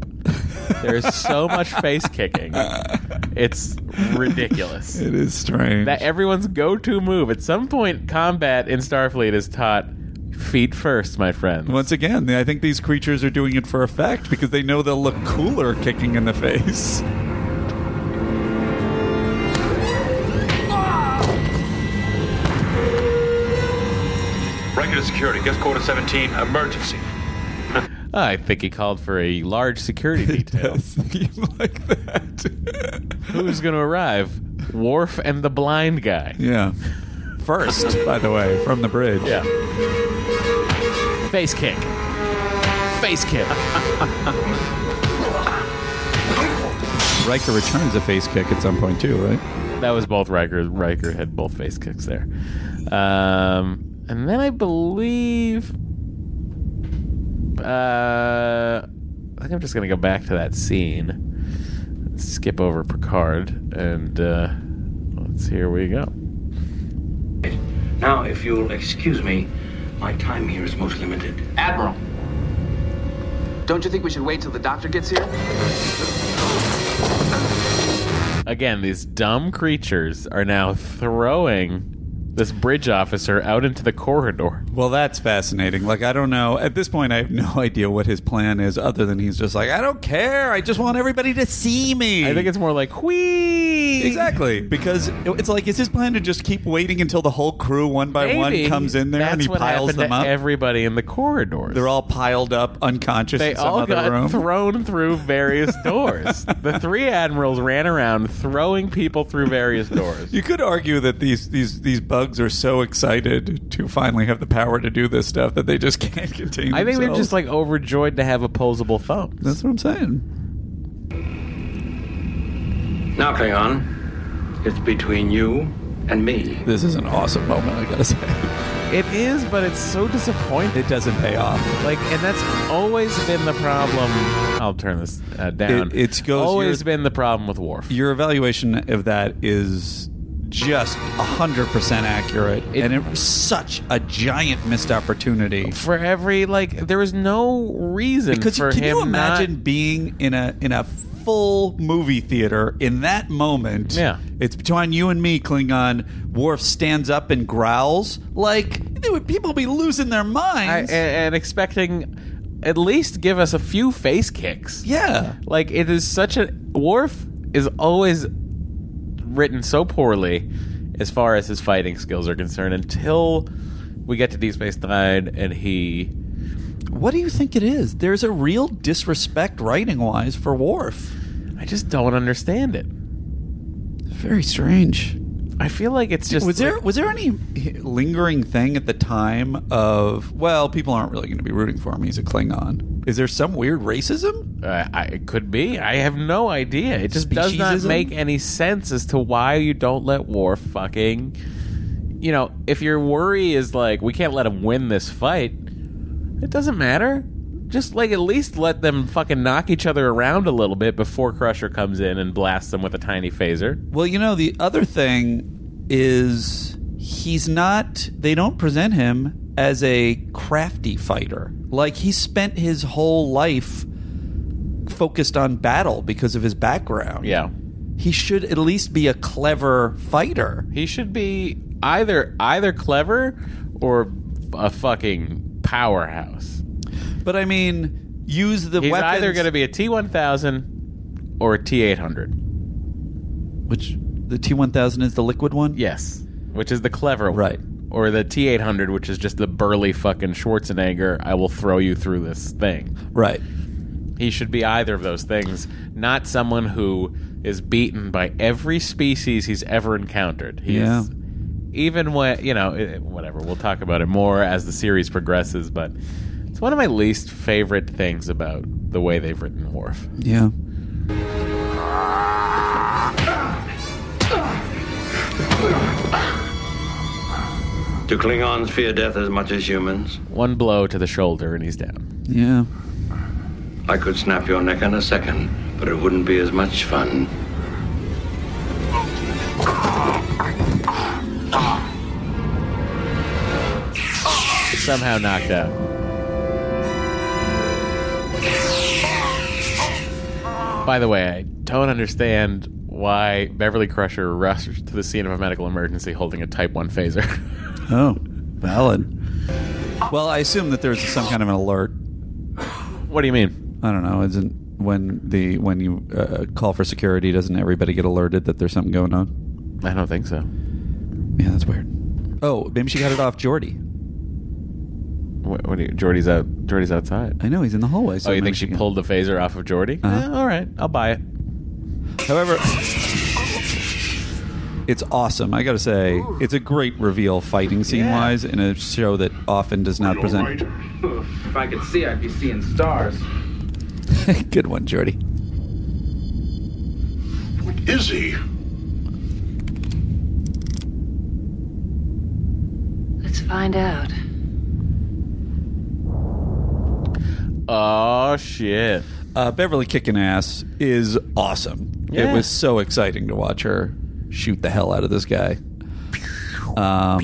There is so much face kicking.
[LAUGHS]
It's ridiculous.
It is strange.
That everyone's go to move. At some point, combat in Starfleet is taught feet first, my friend.
Once again, I think these creatures are doing it for effect because they know they'll look cooler kicking in the face.
Record of security, guest quarter 17, emergency.
I think he called for a large security
[LAUGHS]
detail.
like
that. Who's going to arrive? Worf and the blind guy.
Yeah. First, by the way, from the bridge.
Yeah. Face kick. Face kick.
Riker returns a face kick at some point too, right?
that was both Riker. Riker had both face kicks there. Um, and then I believe. Uh, I think I'm just going to go back to that scene. Skip over Picard. And uh, let's, here we go.
Now, if you'll excuse me, my time here is most limited.
Admiral, don't you think we should wait till the doctor gets here?
Again, these dumb creatures are now throwing this bridge officer out into the corridor.
Well, that's fascinating. Like, I don't know. At this point, I have no [LAUGHS] idea what his plan is, other than he's just like, I don't care. I just want everybody to see me.
I think it's more like, whee!
[LAUGHS] Exactly. Because it- it's like, is his plan to just keep waiting until the whole crew, one by
Maybe
one, comes in there and
that's
he
what
piles
happened
them
to
up?
Everybody in the corridors.
They're all piled up, unconscious
They
in some
all
other
got
room.
thrown through
[LAUGHS]
various doors. the three admirals ran around throwing people through various doors.
You could argue that these, these these bugs are so excited to finally have the power to do this stuff that they just [LAUGHS] can't contain.
I think they're
themselves.
just like overjoyed to have opposable thumbs.
That's what I'm saying.
Now, Klingon, it's between you and me.
This is an awesome moment, I gotta say.
It is, but it's so disappointing.
It doesn't pay off.
Like, and that's always been the problem. I'll turn this uh, down.
It- it's goes-
always
you're-
been the problem with Worf.
Your evaluation of that is just 100% accurate, and it was such a giant missed opportunity.
For every like, there was no reason
Because
for
can
him
you
not-
imagine being in a in a full movie theater in that moment?
Yeah.
it's between you and me, Klingon. Worf stands up and growls like they would, people be losing their
I,
minds.
and, and expecting at least give us a few face kicks.
Yeah.
Like it is such a Worf is always written so poorly as far as his fighting skills are concerned until we get to Deep Space Nine and he
what do you think it is? There's a real disrespect, writing wise, for Worf.
I just don't understand it.
Very strange.
I feel like it's just
was there
like-
was there any lingering thing at the time of well people aren't really going to be rooting for him he's a Klingon is there some weird racism
uh, I, it could be I have no idea it just does not
Speciesism?
make any sense as to why you don't let war fucking you know if your worry is like we can't let him win this fight it doesn't matter just like at least let them fucking knock each other around a little bit before Crusher comes in and blasts them with a tiny phaser
well you know the other thing is he's not they don't present him as a crafty fighter like he spent his whole life focused on battle because of his background
yeah
he should at least be a clever fighter
he should be either either clever or a fucking powerhouse
but I mean use the
He's
weapons
either going to be a T one thousand or a T eight hundred.
which the T1000 is the liquid one
Yes, which is the clever one,
Right.
Or the T eight hundred, which is just the burly fucking Schwarzenegger. I will throw you through this thing.
right
He should be either of those things, not someone who is beaten by every species he's ever encountered. He
Yeah.
is, even when you know, eh, whatever. We'll talk about it more as the series progresses, but it's one of my least favorite things about the way they've written Worf.
yeah
Do Klingons fear death as much as humans?
One blow to the shoulder and he's down.
yeah
I could snap your neck in a second, but it wouldn't be as much fun.
Somehow knocked out. By the way, I don't understand why Beverly Crusher rushed to the scene of a medical emergency holding a Type 1 phaser. [LAUGHS]
Oh, valid. Well, I assume that there's some kind of an alert.
What do you mean?
I don't know. Isn't when the when you uh, call for security, doesn't everybody get alerted that there's something going on?
I don't think so.
Yeah, that's weird. Oh, maybe she got it off Jordy.
what, what do you, Jordy's out. Jordy's outside.
I know he's in the hallway. So
oh, you
maybe
think she pulled the phaser off of Jordy?
Uh-huh.
Eh, all right, I'll buy it.
However, it's awesome. I got to say, it's a great reveal fighting scene wise in a show that often does not present.
If I could see, I'd be seeing stars.
[LAUGHS] Good one, Jordy.
Is he?
Let's find out.
Oh shit!
Uh, Beverly kicking ass is awesome.
Yeah.
It was so exciting to watch her shoot the hell out of this guy. Um,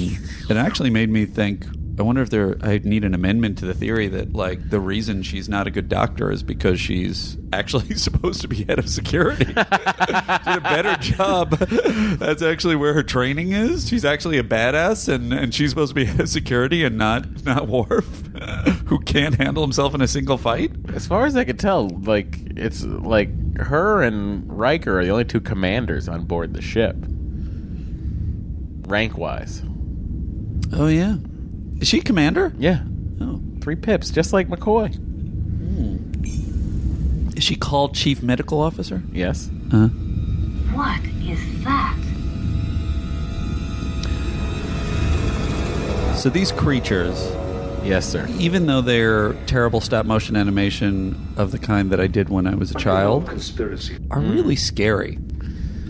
it actually made me think. I wonder if there. I need an amendment to the theory that like the reason she's not a good doctor is because she's actually [LAUGHS] supposed to be head of security. [LAUGHS] She Did a better job. [LAUGHS] That's actually where her training is. She's actually a badass, and and she's supposed to be head of security and not not Worf, [LAUGHS] who can't handle himself in a single fight.
As far as I could tell, like it's like her and Riker are the only two commanders on board the ship, rank wise.
Oh yeah, is she commander?
Yeah.
Oh,
three pips, just like McCoy.
Is she called chief medical officer?
Yes.
Uh-huh.
What is that?
So these creatures,
yes, sir.
Even though they're terrible stop motion animation of the kind that I did when I was a child,
Conspiracy.
are really scary.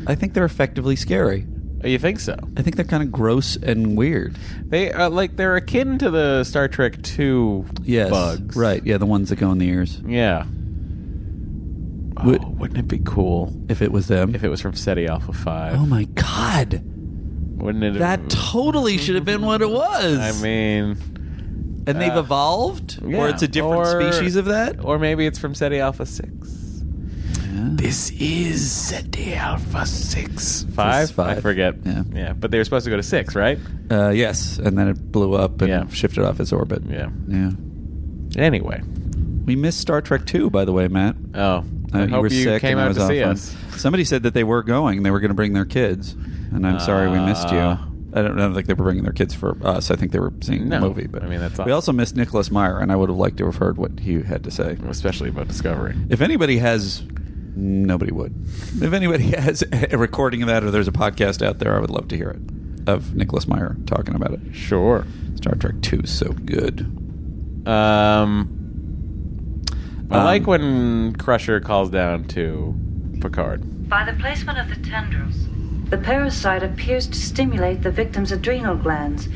I think they're effectively scary.
Oh, You think so?
I think they're kind of gross and weird.
They are like they're akin to the Star Trek Two
Yes,
bugs.
right? Yeah, the ones that go in the ears.
Yeah.
Would-
Oh, wouldn't it be cool
if it was them?
If it was from SETI Alpha Five?
Oh my god,
Wouldn't it? have-
that totally should have been what it was.
I mean,
and they've
uh,
evolved,
yeah.
or it's a different
Or-
species of that.
or maybe it's from SETI Alpha Six.
This
is SETI Alpha Six.
This
Five?
is five.
I forget.
Yeah.
yeah, but they were supposed to go to six, right?
Uh, yes, and then it blew up and
Yeah.
shifted off its orbit.
Yeah.
Yeah.
Anyway,
we missed Star Trek Two, by the way, Matt.
Oh, I
you
hope
were
you
sick
came
and I
out
Uh, was
to
off
see
on-
us.
Somebody said that they were going; they were going to bring their kids, and I'm sorry we missed you.
Uh.
I don't, I don't think they were bringing their kids for us. I think they were seeing
No,
the movie. But
I mean, that's
we
awesome.
also missed Nicholas Meyer, and I would have liked to have heard what he had to say,
especially about Discovery.
If anybody has, nobody would. If anybody [LAUGHS] has a recording of that, or there's a podcast out there, I would love to hear it of Nicholas Meyer talking about it.
Sure,
Star Trek Two, is so good.
Um, I
Um,
like when Crusher calls down to Picard.
By the placement of the tendrils, the parasite appears to stimulate the victim's adrenal glands,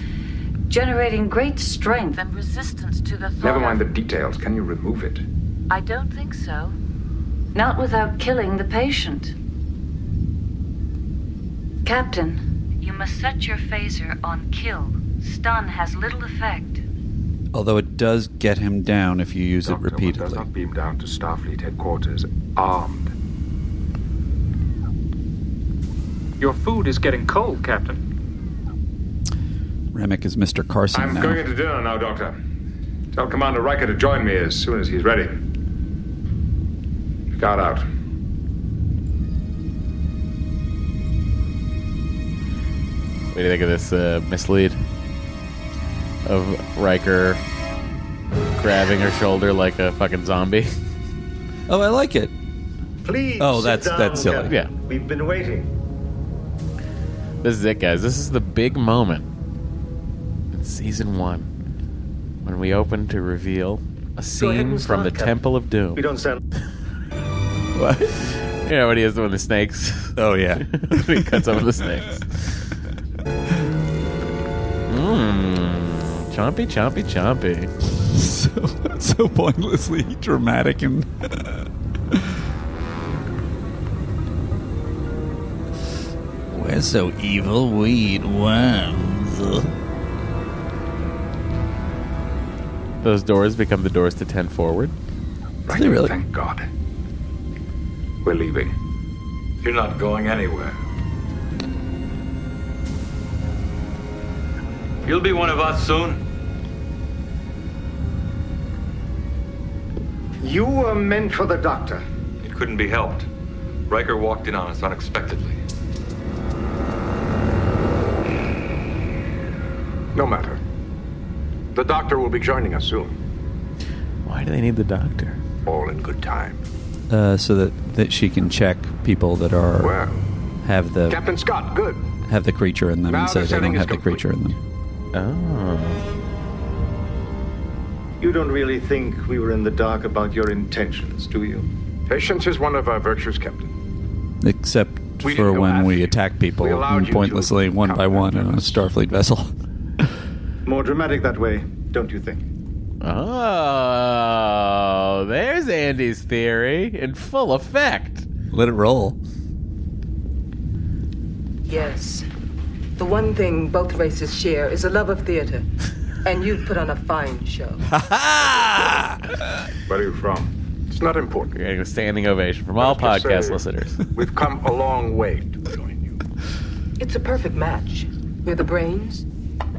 generating great strength and resistance to the
Never mind the details. Can you remove it?
I don't think so. Not without killing the patient. Captain, you must set your phaser on kill. Stun has little effect.
Although it does get him down if you use it repeatedly.
Does not beam down to Starfleet headquarters armed.
Your food is getting cold, Captain.
Remick is Mr. Carson
I'm
now.
going into dinner now, Doctor. Tell Commander Riker to join me as soon as he's ready. Guard out.
What do you think of this uh, mislead of Riker grabbing her shoulder like a fucking zombie? [LAUGHS]
Oh, I like it.
Please.
Oh,
sit
that's-
down,
that's silly.
Captain.
Yeah.
We've been waiting.
This is it, guys. This is the big moment in season one when we open to reveal a
ahead
scene
and
from
start,
the
Captain.
Temple of Doom.
We don't sound.
[LAUGHS] What? You know what he is the one the snakes.
Oh yeah,
[LAUGHS] he cuts over the snakes. Mmm, chompy, chompy, chompy.
[LAUGHS] so, [LAUGHS] so pointlessly [LAUGHS] dramatic and [LAUGHS] we're so evil we eat worms
Those doors become the doors to ten forward.
Thank God. We're leaving.
You're not going anywhere. You'll be one of us soon.
You were meant for the doctor.
It couldn't be helped. Riker walked in on us unexpectedly.
No matter. The doctor will be joining us soon.
Why do they need the doctor?
All in good time.
uh, so that, that she can check people that are have the
Captain Scott, good.
have the creature in them
Now
and say
the
they don't
setting is
have the creature in them.
Oh.
You don't really think we were in the dark about your intentions, do you?
Patience is one of our virtues, Captain.
Except for when we attack people
We allowed you to
pointlessly one by one on a Starfleet vessel. [LAUGHS]
More dramatic that way, don't you think?
Oh, there's Andy's theory in full effect.
Let it roll.
Yes. The one thing both races share is a love of theater. And you put on a fine show.
Where are you from? It's not important.
You're getting a standing ovation from all
Just
podcast [LAUGHS]
say,
listeners.
We've come a long way.
It's a perfect match. We're the brains,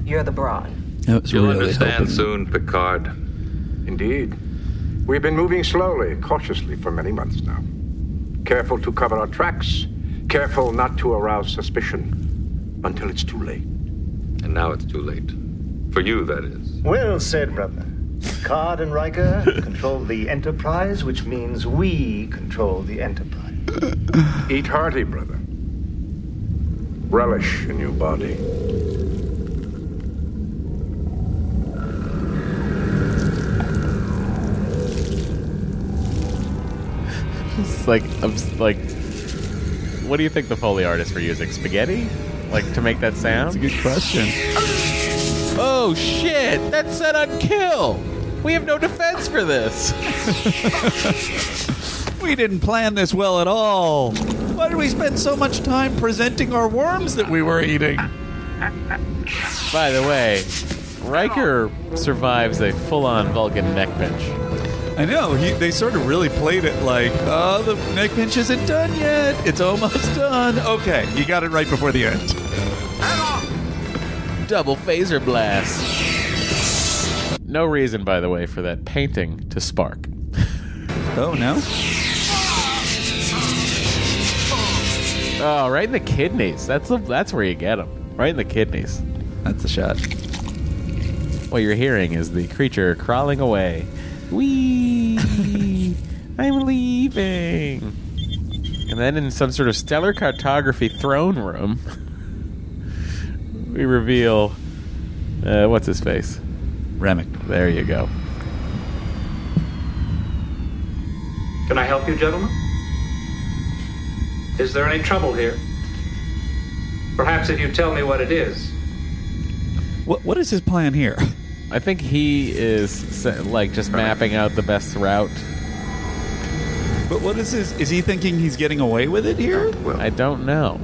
you're the brawn.
You'll understand soon, Picard.
Indeed. We've been moving slowly, cautiously for many months now. Careful to cover our tracks, careful not to arouse suspicion until it's too late.
And now it's too late. For you, that is.
Well said, brother. Card and Riker control the Enterprise, which means we control the Enterprise.
Eat hearty, brother. Relish in your body.
It's like, I'm s- like, what do you think the Foley artists were using? Spaghetti? Like to make that sound? That's a
good question.
Oh shit! That's set on kill. We have no defense for this.
We didn't plan this well at all. Why did we spend so much time presenting our worms that we were eating?
By the way, Riker survives a full-on Vulcan neck pinch.
I know. He, they sort of really played it like, oh, the neck pinch isn't done yet. It's almost done. Okay, you got it right before the end.
Double phaser blast. No reason, by the way, for that painting to spark.
Oh no!
Oh, right in the kidneys. That's the, that's where you get them. Right in the kidneys.
That's the shot.
What you're hearing is the creature crawling away. [LAUGHS] Wee! I'm leaving. And then in some sort of stellar cartography throne room, [LAUGHS] we reveal uh, what's his face?
Remick.
There you go.
Can I help you, gentlemen? Is there any trouble here? Perhaps if you tell me what it is.
What what is his plan here? [LAUGHS]
I think he is se- like just mapping out the best route.
But what is his? Is he thinking he's getting away with it here?
I don't know.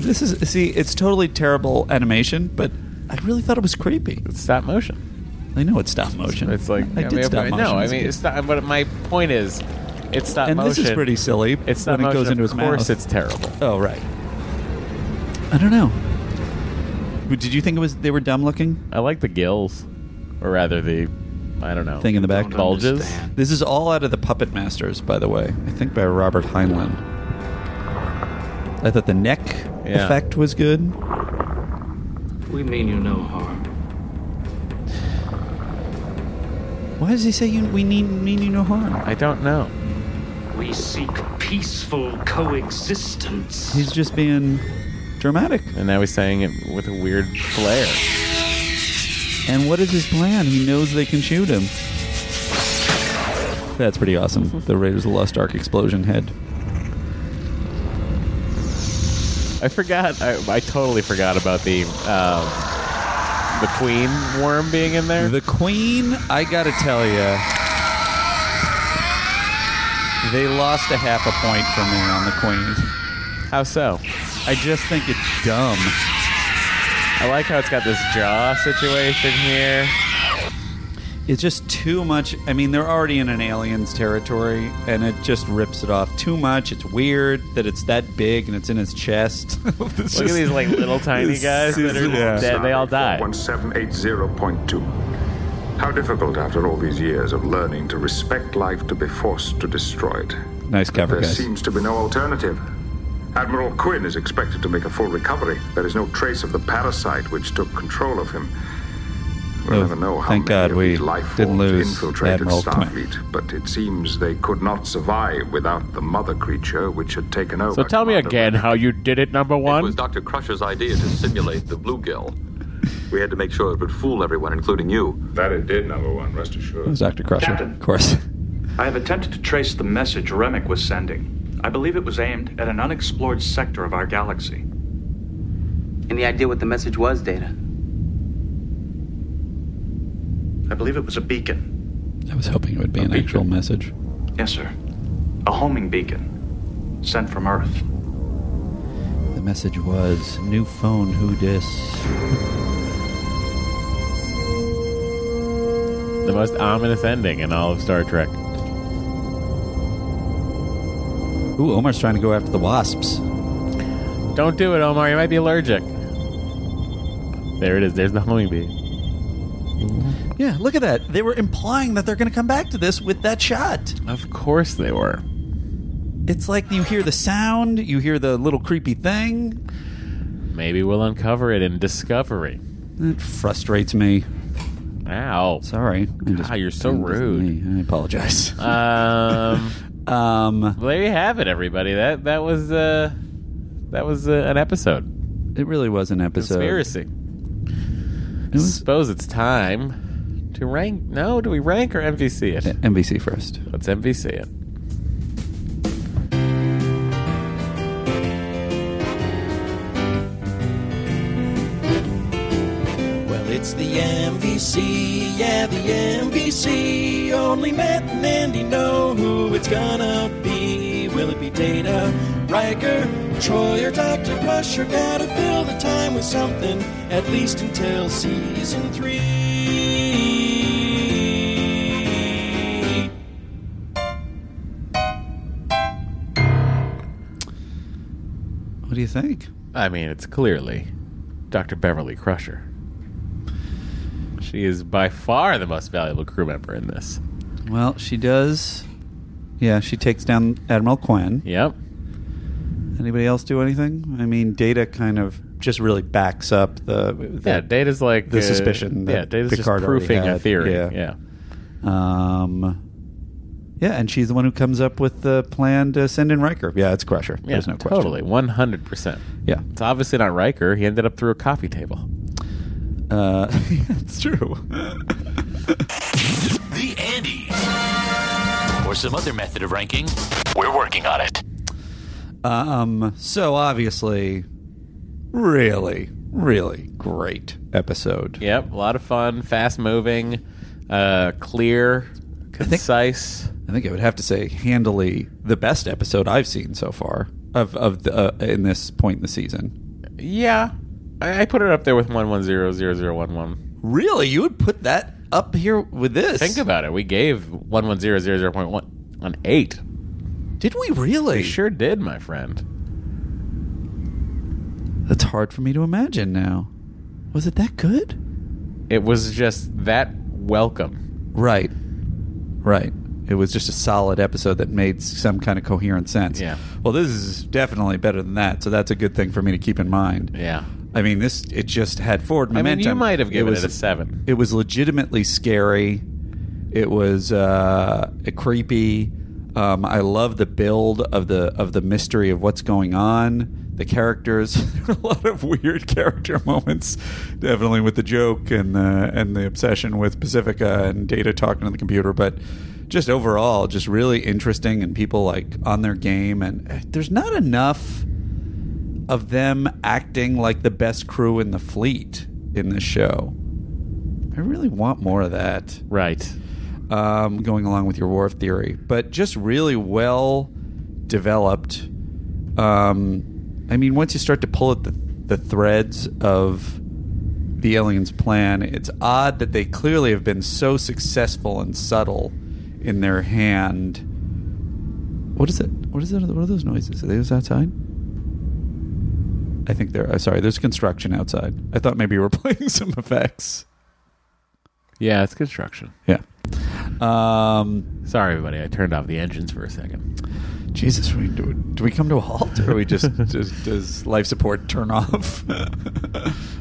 This is see, it's totally terrible animation, but I really thought it was creepy.
It's stop motion.
I know it's stop motion.
It's like
I did
mean,
stop motion
No, I
as a
mean
kid.
it's not. But my point is, it's stop
and
motion.
this is pretty silly.
It's stop
when it
motion.
goes into
of
his mouth.
course, it's terrible.
Oh right. I don't know. But Did you think it was they were dumb looking?
I like the gills, or rather the, I don't know,
Thing in the back
bulges.
This is all out of the Puppet Masters, by the way. I think by Robert Heinlein. I thought the neck
Yeah.
effect was good.
We mean you no harm.
Why does he say you, we need mean you no harm?
I don't know.
We seek peaceful coexistence.
He's just being dramatic.
And now he's saying it with a weird flair.
And what is his plan? He knows they can shoot him. That's pretty awesome. The Raiders of the Lost Ark explosion head.
I forgot. I, I totally forgot about the um, the queen worm being in there.
The Queen, I gotta tell you, they lost a half a point for me on the Queen.
How so?
I just think it's dumb.
I like how it's got this jaw situation here.
It's just too much. I mean, they're already in an alien's territory, and it just rips it off too much. It's weird that it's that big and it's in his chest. [LAUGHS] Look
Look at these like little tiny guys that are dead. They all die.
1780.2. How difficult after all these years of learning to respect life to be forced to destroy it.
Nice cover,
There
guys.
seems to be no alternative. Admiral Quinn is expected to make a full recovery. There is no trace of the parasite which took control of him. We'll
Oh,
never know how many
thank God
of
we
these life
didn't
forms
lose
infiltrated
Admiral Quinn.
Starfleet, but it seems they could not survive without the mother creature which had taken over.
So tell me again how you did it, number
It
one.
was Dr. Crusher's idea to simulate the bluegill. We had to make sure it would fool everyone, including you.
That it did, number one, rest assured.
It was Dr. Crusher,
Captain.
of course.
I have attempted to trace the message Remick was sending. I believe it was aimed at an unexplored sector of our galaxy.
Any idea what the message was, Data?
I believe it was a beacon.
I was hoping it would be an actual message.
Yes, sir. A homing beacon sent from Earth.
The message was new phone, who dis?
The most ominous ending in all of Star Trek.
Ooh, Omar's trying to go after the wasps.
Don't do it, Omar. You might be allergic. There it is. There's the homing bee.
Yeah, look at that. They were implying that they're going to come back to this with that shot.
Of course they were.
It's like you hear the sound, you hear the little creepy thing.
Maybe we'll uncover it in Discovery.
It frustrates me.
Ow.
Sorry.
Ah, you're so rude.
I apologize.
Um, [LAUGHS]
um,
there you have it, everybody. That that was uh, that was uh, an episode.
It really was an episode.
Conspiracy. I suppose it's time to rank. No, do we rank or MVC it?
MVC first.
Let's MVC it.
Well, it's the MVC, yeah, the MVC. Only Matt and Andy know who it's gonna be. Will it be Data, Riker, Troy, or Dr. Crusher? Gotta fill the time with something, at least until season three.
What do you think?
I mean, it's clearly Dr. Beverly Crusher. She is by far the most valuable crew member in this.
Well, she does. Yeah, she takes down Admiral Quinn.
Yep.
Anybody else do anything? I mean, Data kind of just really backs up the, the-
yeah, Data's like
the
uh,
suspicion. That
yeah, Data's
Picard
just
already
proofing a
had.
theory.
Yeah.
yeah.
Um, yeah, and she's the one who comes up with the plan to send in Riker. Yeah, it's Crusher.
Yeah,
There's no question.
Totally, one hundred percent.
Yeah.
it's obviously not Riker. He ended up through a coffee table.
Uh, it's true.
The Andes. Or some other method of ranking. We're working on it.
Um, so obviously, really, really great episode.
Yep, a lot of fun, fast moving, uh, clear, concise.
I think I would have to say handily the best episode I've seen so far of of the, uh, in this point in the season.
yeah, I, I put it up there with one one zero zero zero one one.
Really, you would put that up here with this?
Think about it. We gave one one zero zero zero point one an eight.
Did we really?
We sure did, my friend.
That's hard for me to imagine now. Was it that good?
It was just that welcome.
Right, right. It was just a solid episode that made some kind of coherent sense.
Yeah.
Well, this is definitely better than that, so that's a good thing for me to keep in mind.
Yeah.
I mean, this it just had forward
I mean, you
momentum.
might have given it a seven.
It was legitimately scary. It was uh, creepy. Um, I love the build of the of the mystery of what's going on. The characters, [LAUGHS] there were a lot of weird character [LAUGHS] moments, definitely with the joke and the and the obsession with Pacifica and Data talking to the computer, but just overall, just really interesting and people like on their game. And eh, there's not enough of them acting like the best crew in the fleet in this show. I really want more of that.
Right.
Um, going along with your wharf theory, but just really well developed. Um, I mean, once you start to pull at the, the threads of the aliens' plan. It's odd that they clearly have been so successful and subtle in their hand. What is it? What is that? What are those noises? Are those outside? I think they're. Uh, sorry, there's construction outside. I thought maybe you were [LAUGHS] playing some effects.
Yeah, it's construction.
Yeah. Um,
Sorry, everybody. I turned off the engines for a second.
Jesus, we, do, do we come to a halt, or we just, just does life support turn off?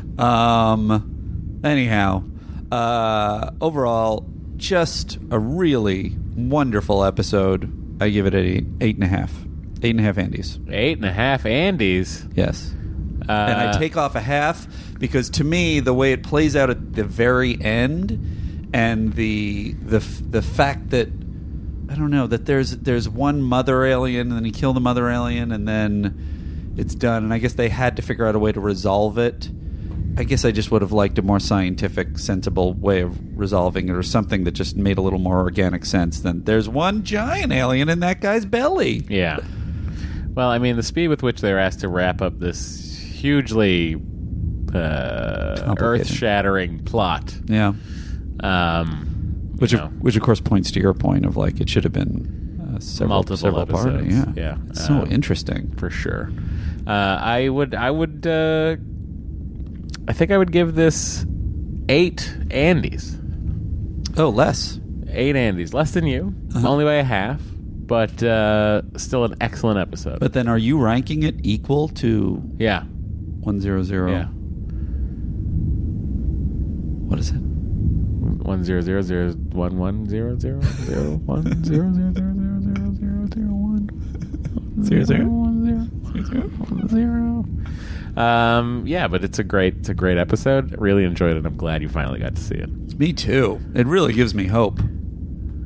[LAUGHS] um, anyhow, uh, overall, just a really wonderful episode. I give it an eight, eight and a half, eight and a half Andes.
Eight and a half Andes.
Yes. Uh, and I take off a half because to me, the way it plays out at the very end, and the the the fact that I don't know that there's there's one mother alien, and then he killed the mother alien, and then it's done. And I guess they had to figure out a way to resolve it. I guess I just would have liked a more scientific, sensible way of resolving it, or something that just made a little more organic sense than there's one giant alien in that guy's belly.
Yeah. Well, I mean, the speed with which they're asked to wrap up this hugely uh, earth-shattering plot.
Yeah.
Um,
which,
know,
of, which of course points to your point of like it should have been uh, several
multiple
several
episodes.
party. Yeah,
yeah.
It's so
Um,
interesting.
for sure. Uh, I would. I would. Uh, I think I would give this eight Andes.
Oh, less.
Eight Andes, less than you,
Uh-huh.
only by a half, but uh, still an excellent episode.
But then, are you ranking it equal to
yeah,
one zero zero?
Yeah.
What is it?
one zero zero zero one one zero zero zero one zero.
Zero zero zero zero zero zero zero one zero zero.
zero. Um, yeah, but it's a great, it's a great episode. Really enjoyed it. I'm glad you finally got to see it.
Me too. It really gives me hope.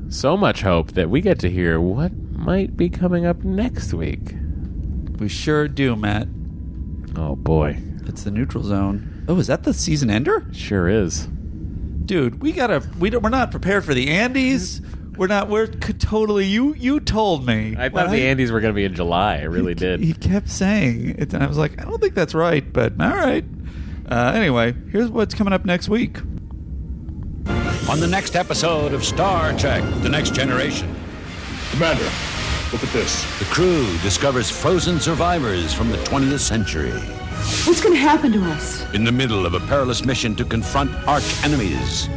So much hope that we get to hear what might be coming up next week.
We sure do, Matt.
Oh boy,
It's the neutral zone. Oh, is that the season ender?
sure is.
Dude, we gotta. We don't, we're not prepared for the Andes. We're not. We're c- totally. You you told me.
I thought
When
the Andes were going to be in July. I really did.
He kept saying it, and I was like, I don't think that's right. But all right. Uh, anyway, here's what's coming up next week.
On the next episode of Star Trek The Next Generation. Commander, look at this. The crew discovers frozen survivors from the 20th century.
What's going to happen to us?
In the middle of a perilous mission to confront arch enemies.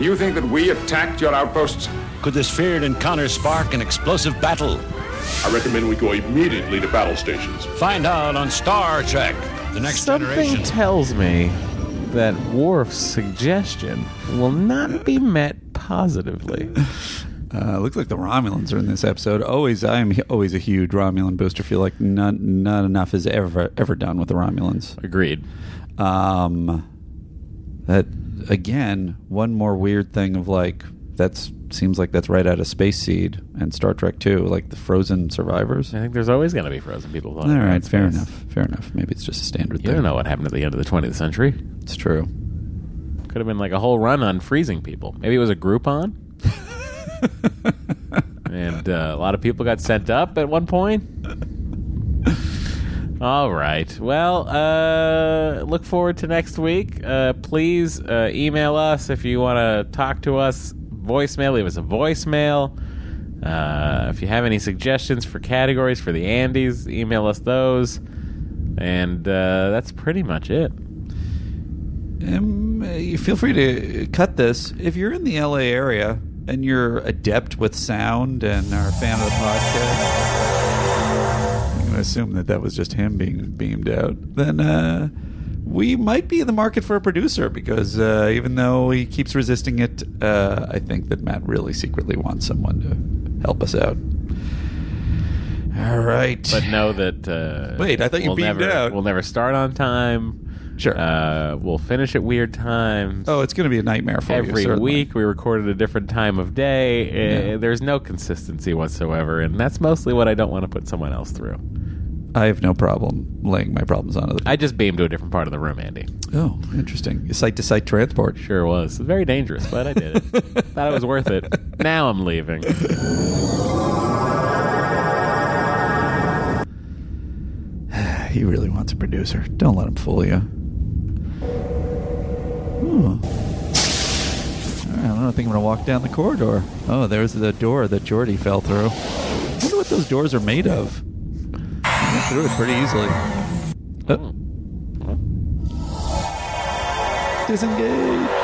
You think that we attacked your outposts? Could this feared encounter spark an explosive battle?
I recommend we go immediately to battle stations.
Find out on Star Trek The Next
Something
Generation.
tells me that Worf's suggestion will not be met positively.
Uh, looks like the Romulans are in this episode. Always, I am h- always a huge Romulan booster. Feel like not not enough is ever ever done with the Romulans.
Agreed.
Um, that again, one more weird thing of like that's seems like that's right out of Space Seed and Star Trek Two, like the frozen survivors.
I think there's always going to be frozen people.
All right, fair enough, fair enough. Maybe it's just a standard
You
thing.
don't know what happened at the end of the 20th century.
It's true.
Could have been like a whole run on freezing people. Maybe it was a Groupon. and uh, a lot of people got sent up at one point. All right. Well, uh, look forward to next week. Uh, please uh, email us if you want to talk to us. Voicemail, leave us a voicemail. Uh, if you have any suggestions for categories for the Andes, email us those. And uh, that's pretty much it.
Um, uh, you feel free to uh, cut this if you're in the LA area and you're adept with sound and are a fan of the podcast. I'm gonna assume that that was just him being beamed out. Then uh, we might be in the market for a producer because uh, even though he keeps resisting it, uh, I think that Matt really secretly wants someone to help us out. All right.
But
[LAUGHS]
know that. Uh,
Wait, I thought you
we'll
beamed
never,
out.
We'll never start on time.
Sure.
Uh, we'll finish at weird times.
Oh, it's going to be a nightmare for you.
Every
certainly.
week we record at a different time of day. Uh,
Yeah.
There's no consistency whatsoever, and that's mostly what I don't want to put someone else through.
I have no problem laying my problems onto the
I just beamed to a different part of the room, Andy.
Oh, interesting. Site to site transport.
Sure was. Very dangerous, but I
[LAUGHS]
did it. Thought it was worth it. Now I'm leaving.
[SIGHS] He really wants a producer. Don't let him fool you. Oh. All right, I don't think I'm going to walk down the corridor. Oh, there's the door that Jordy fell through. I wonder what those doors are made of. I went through it pretty easily. Uh. Oh. Disengage.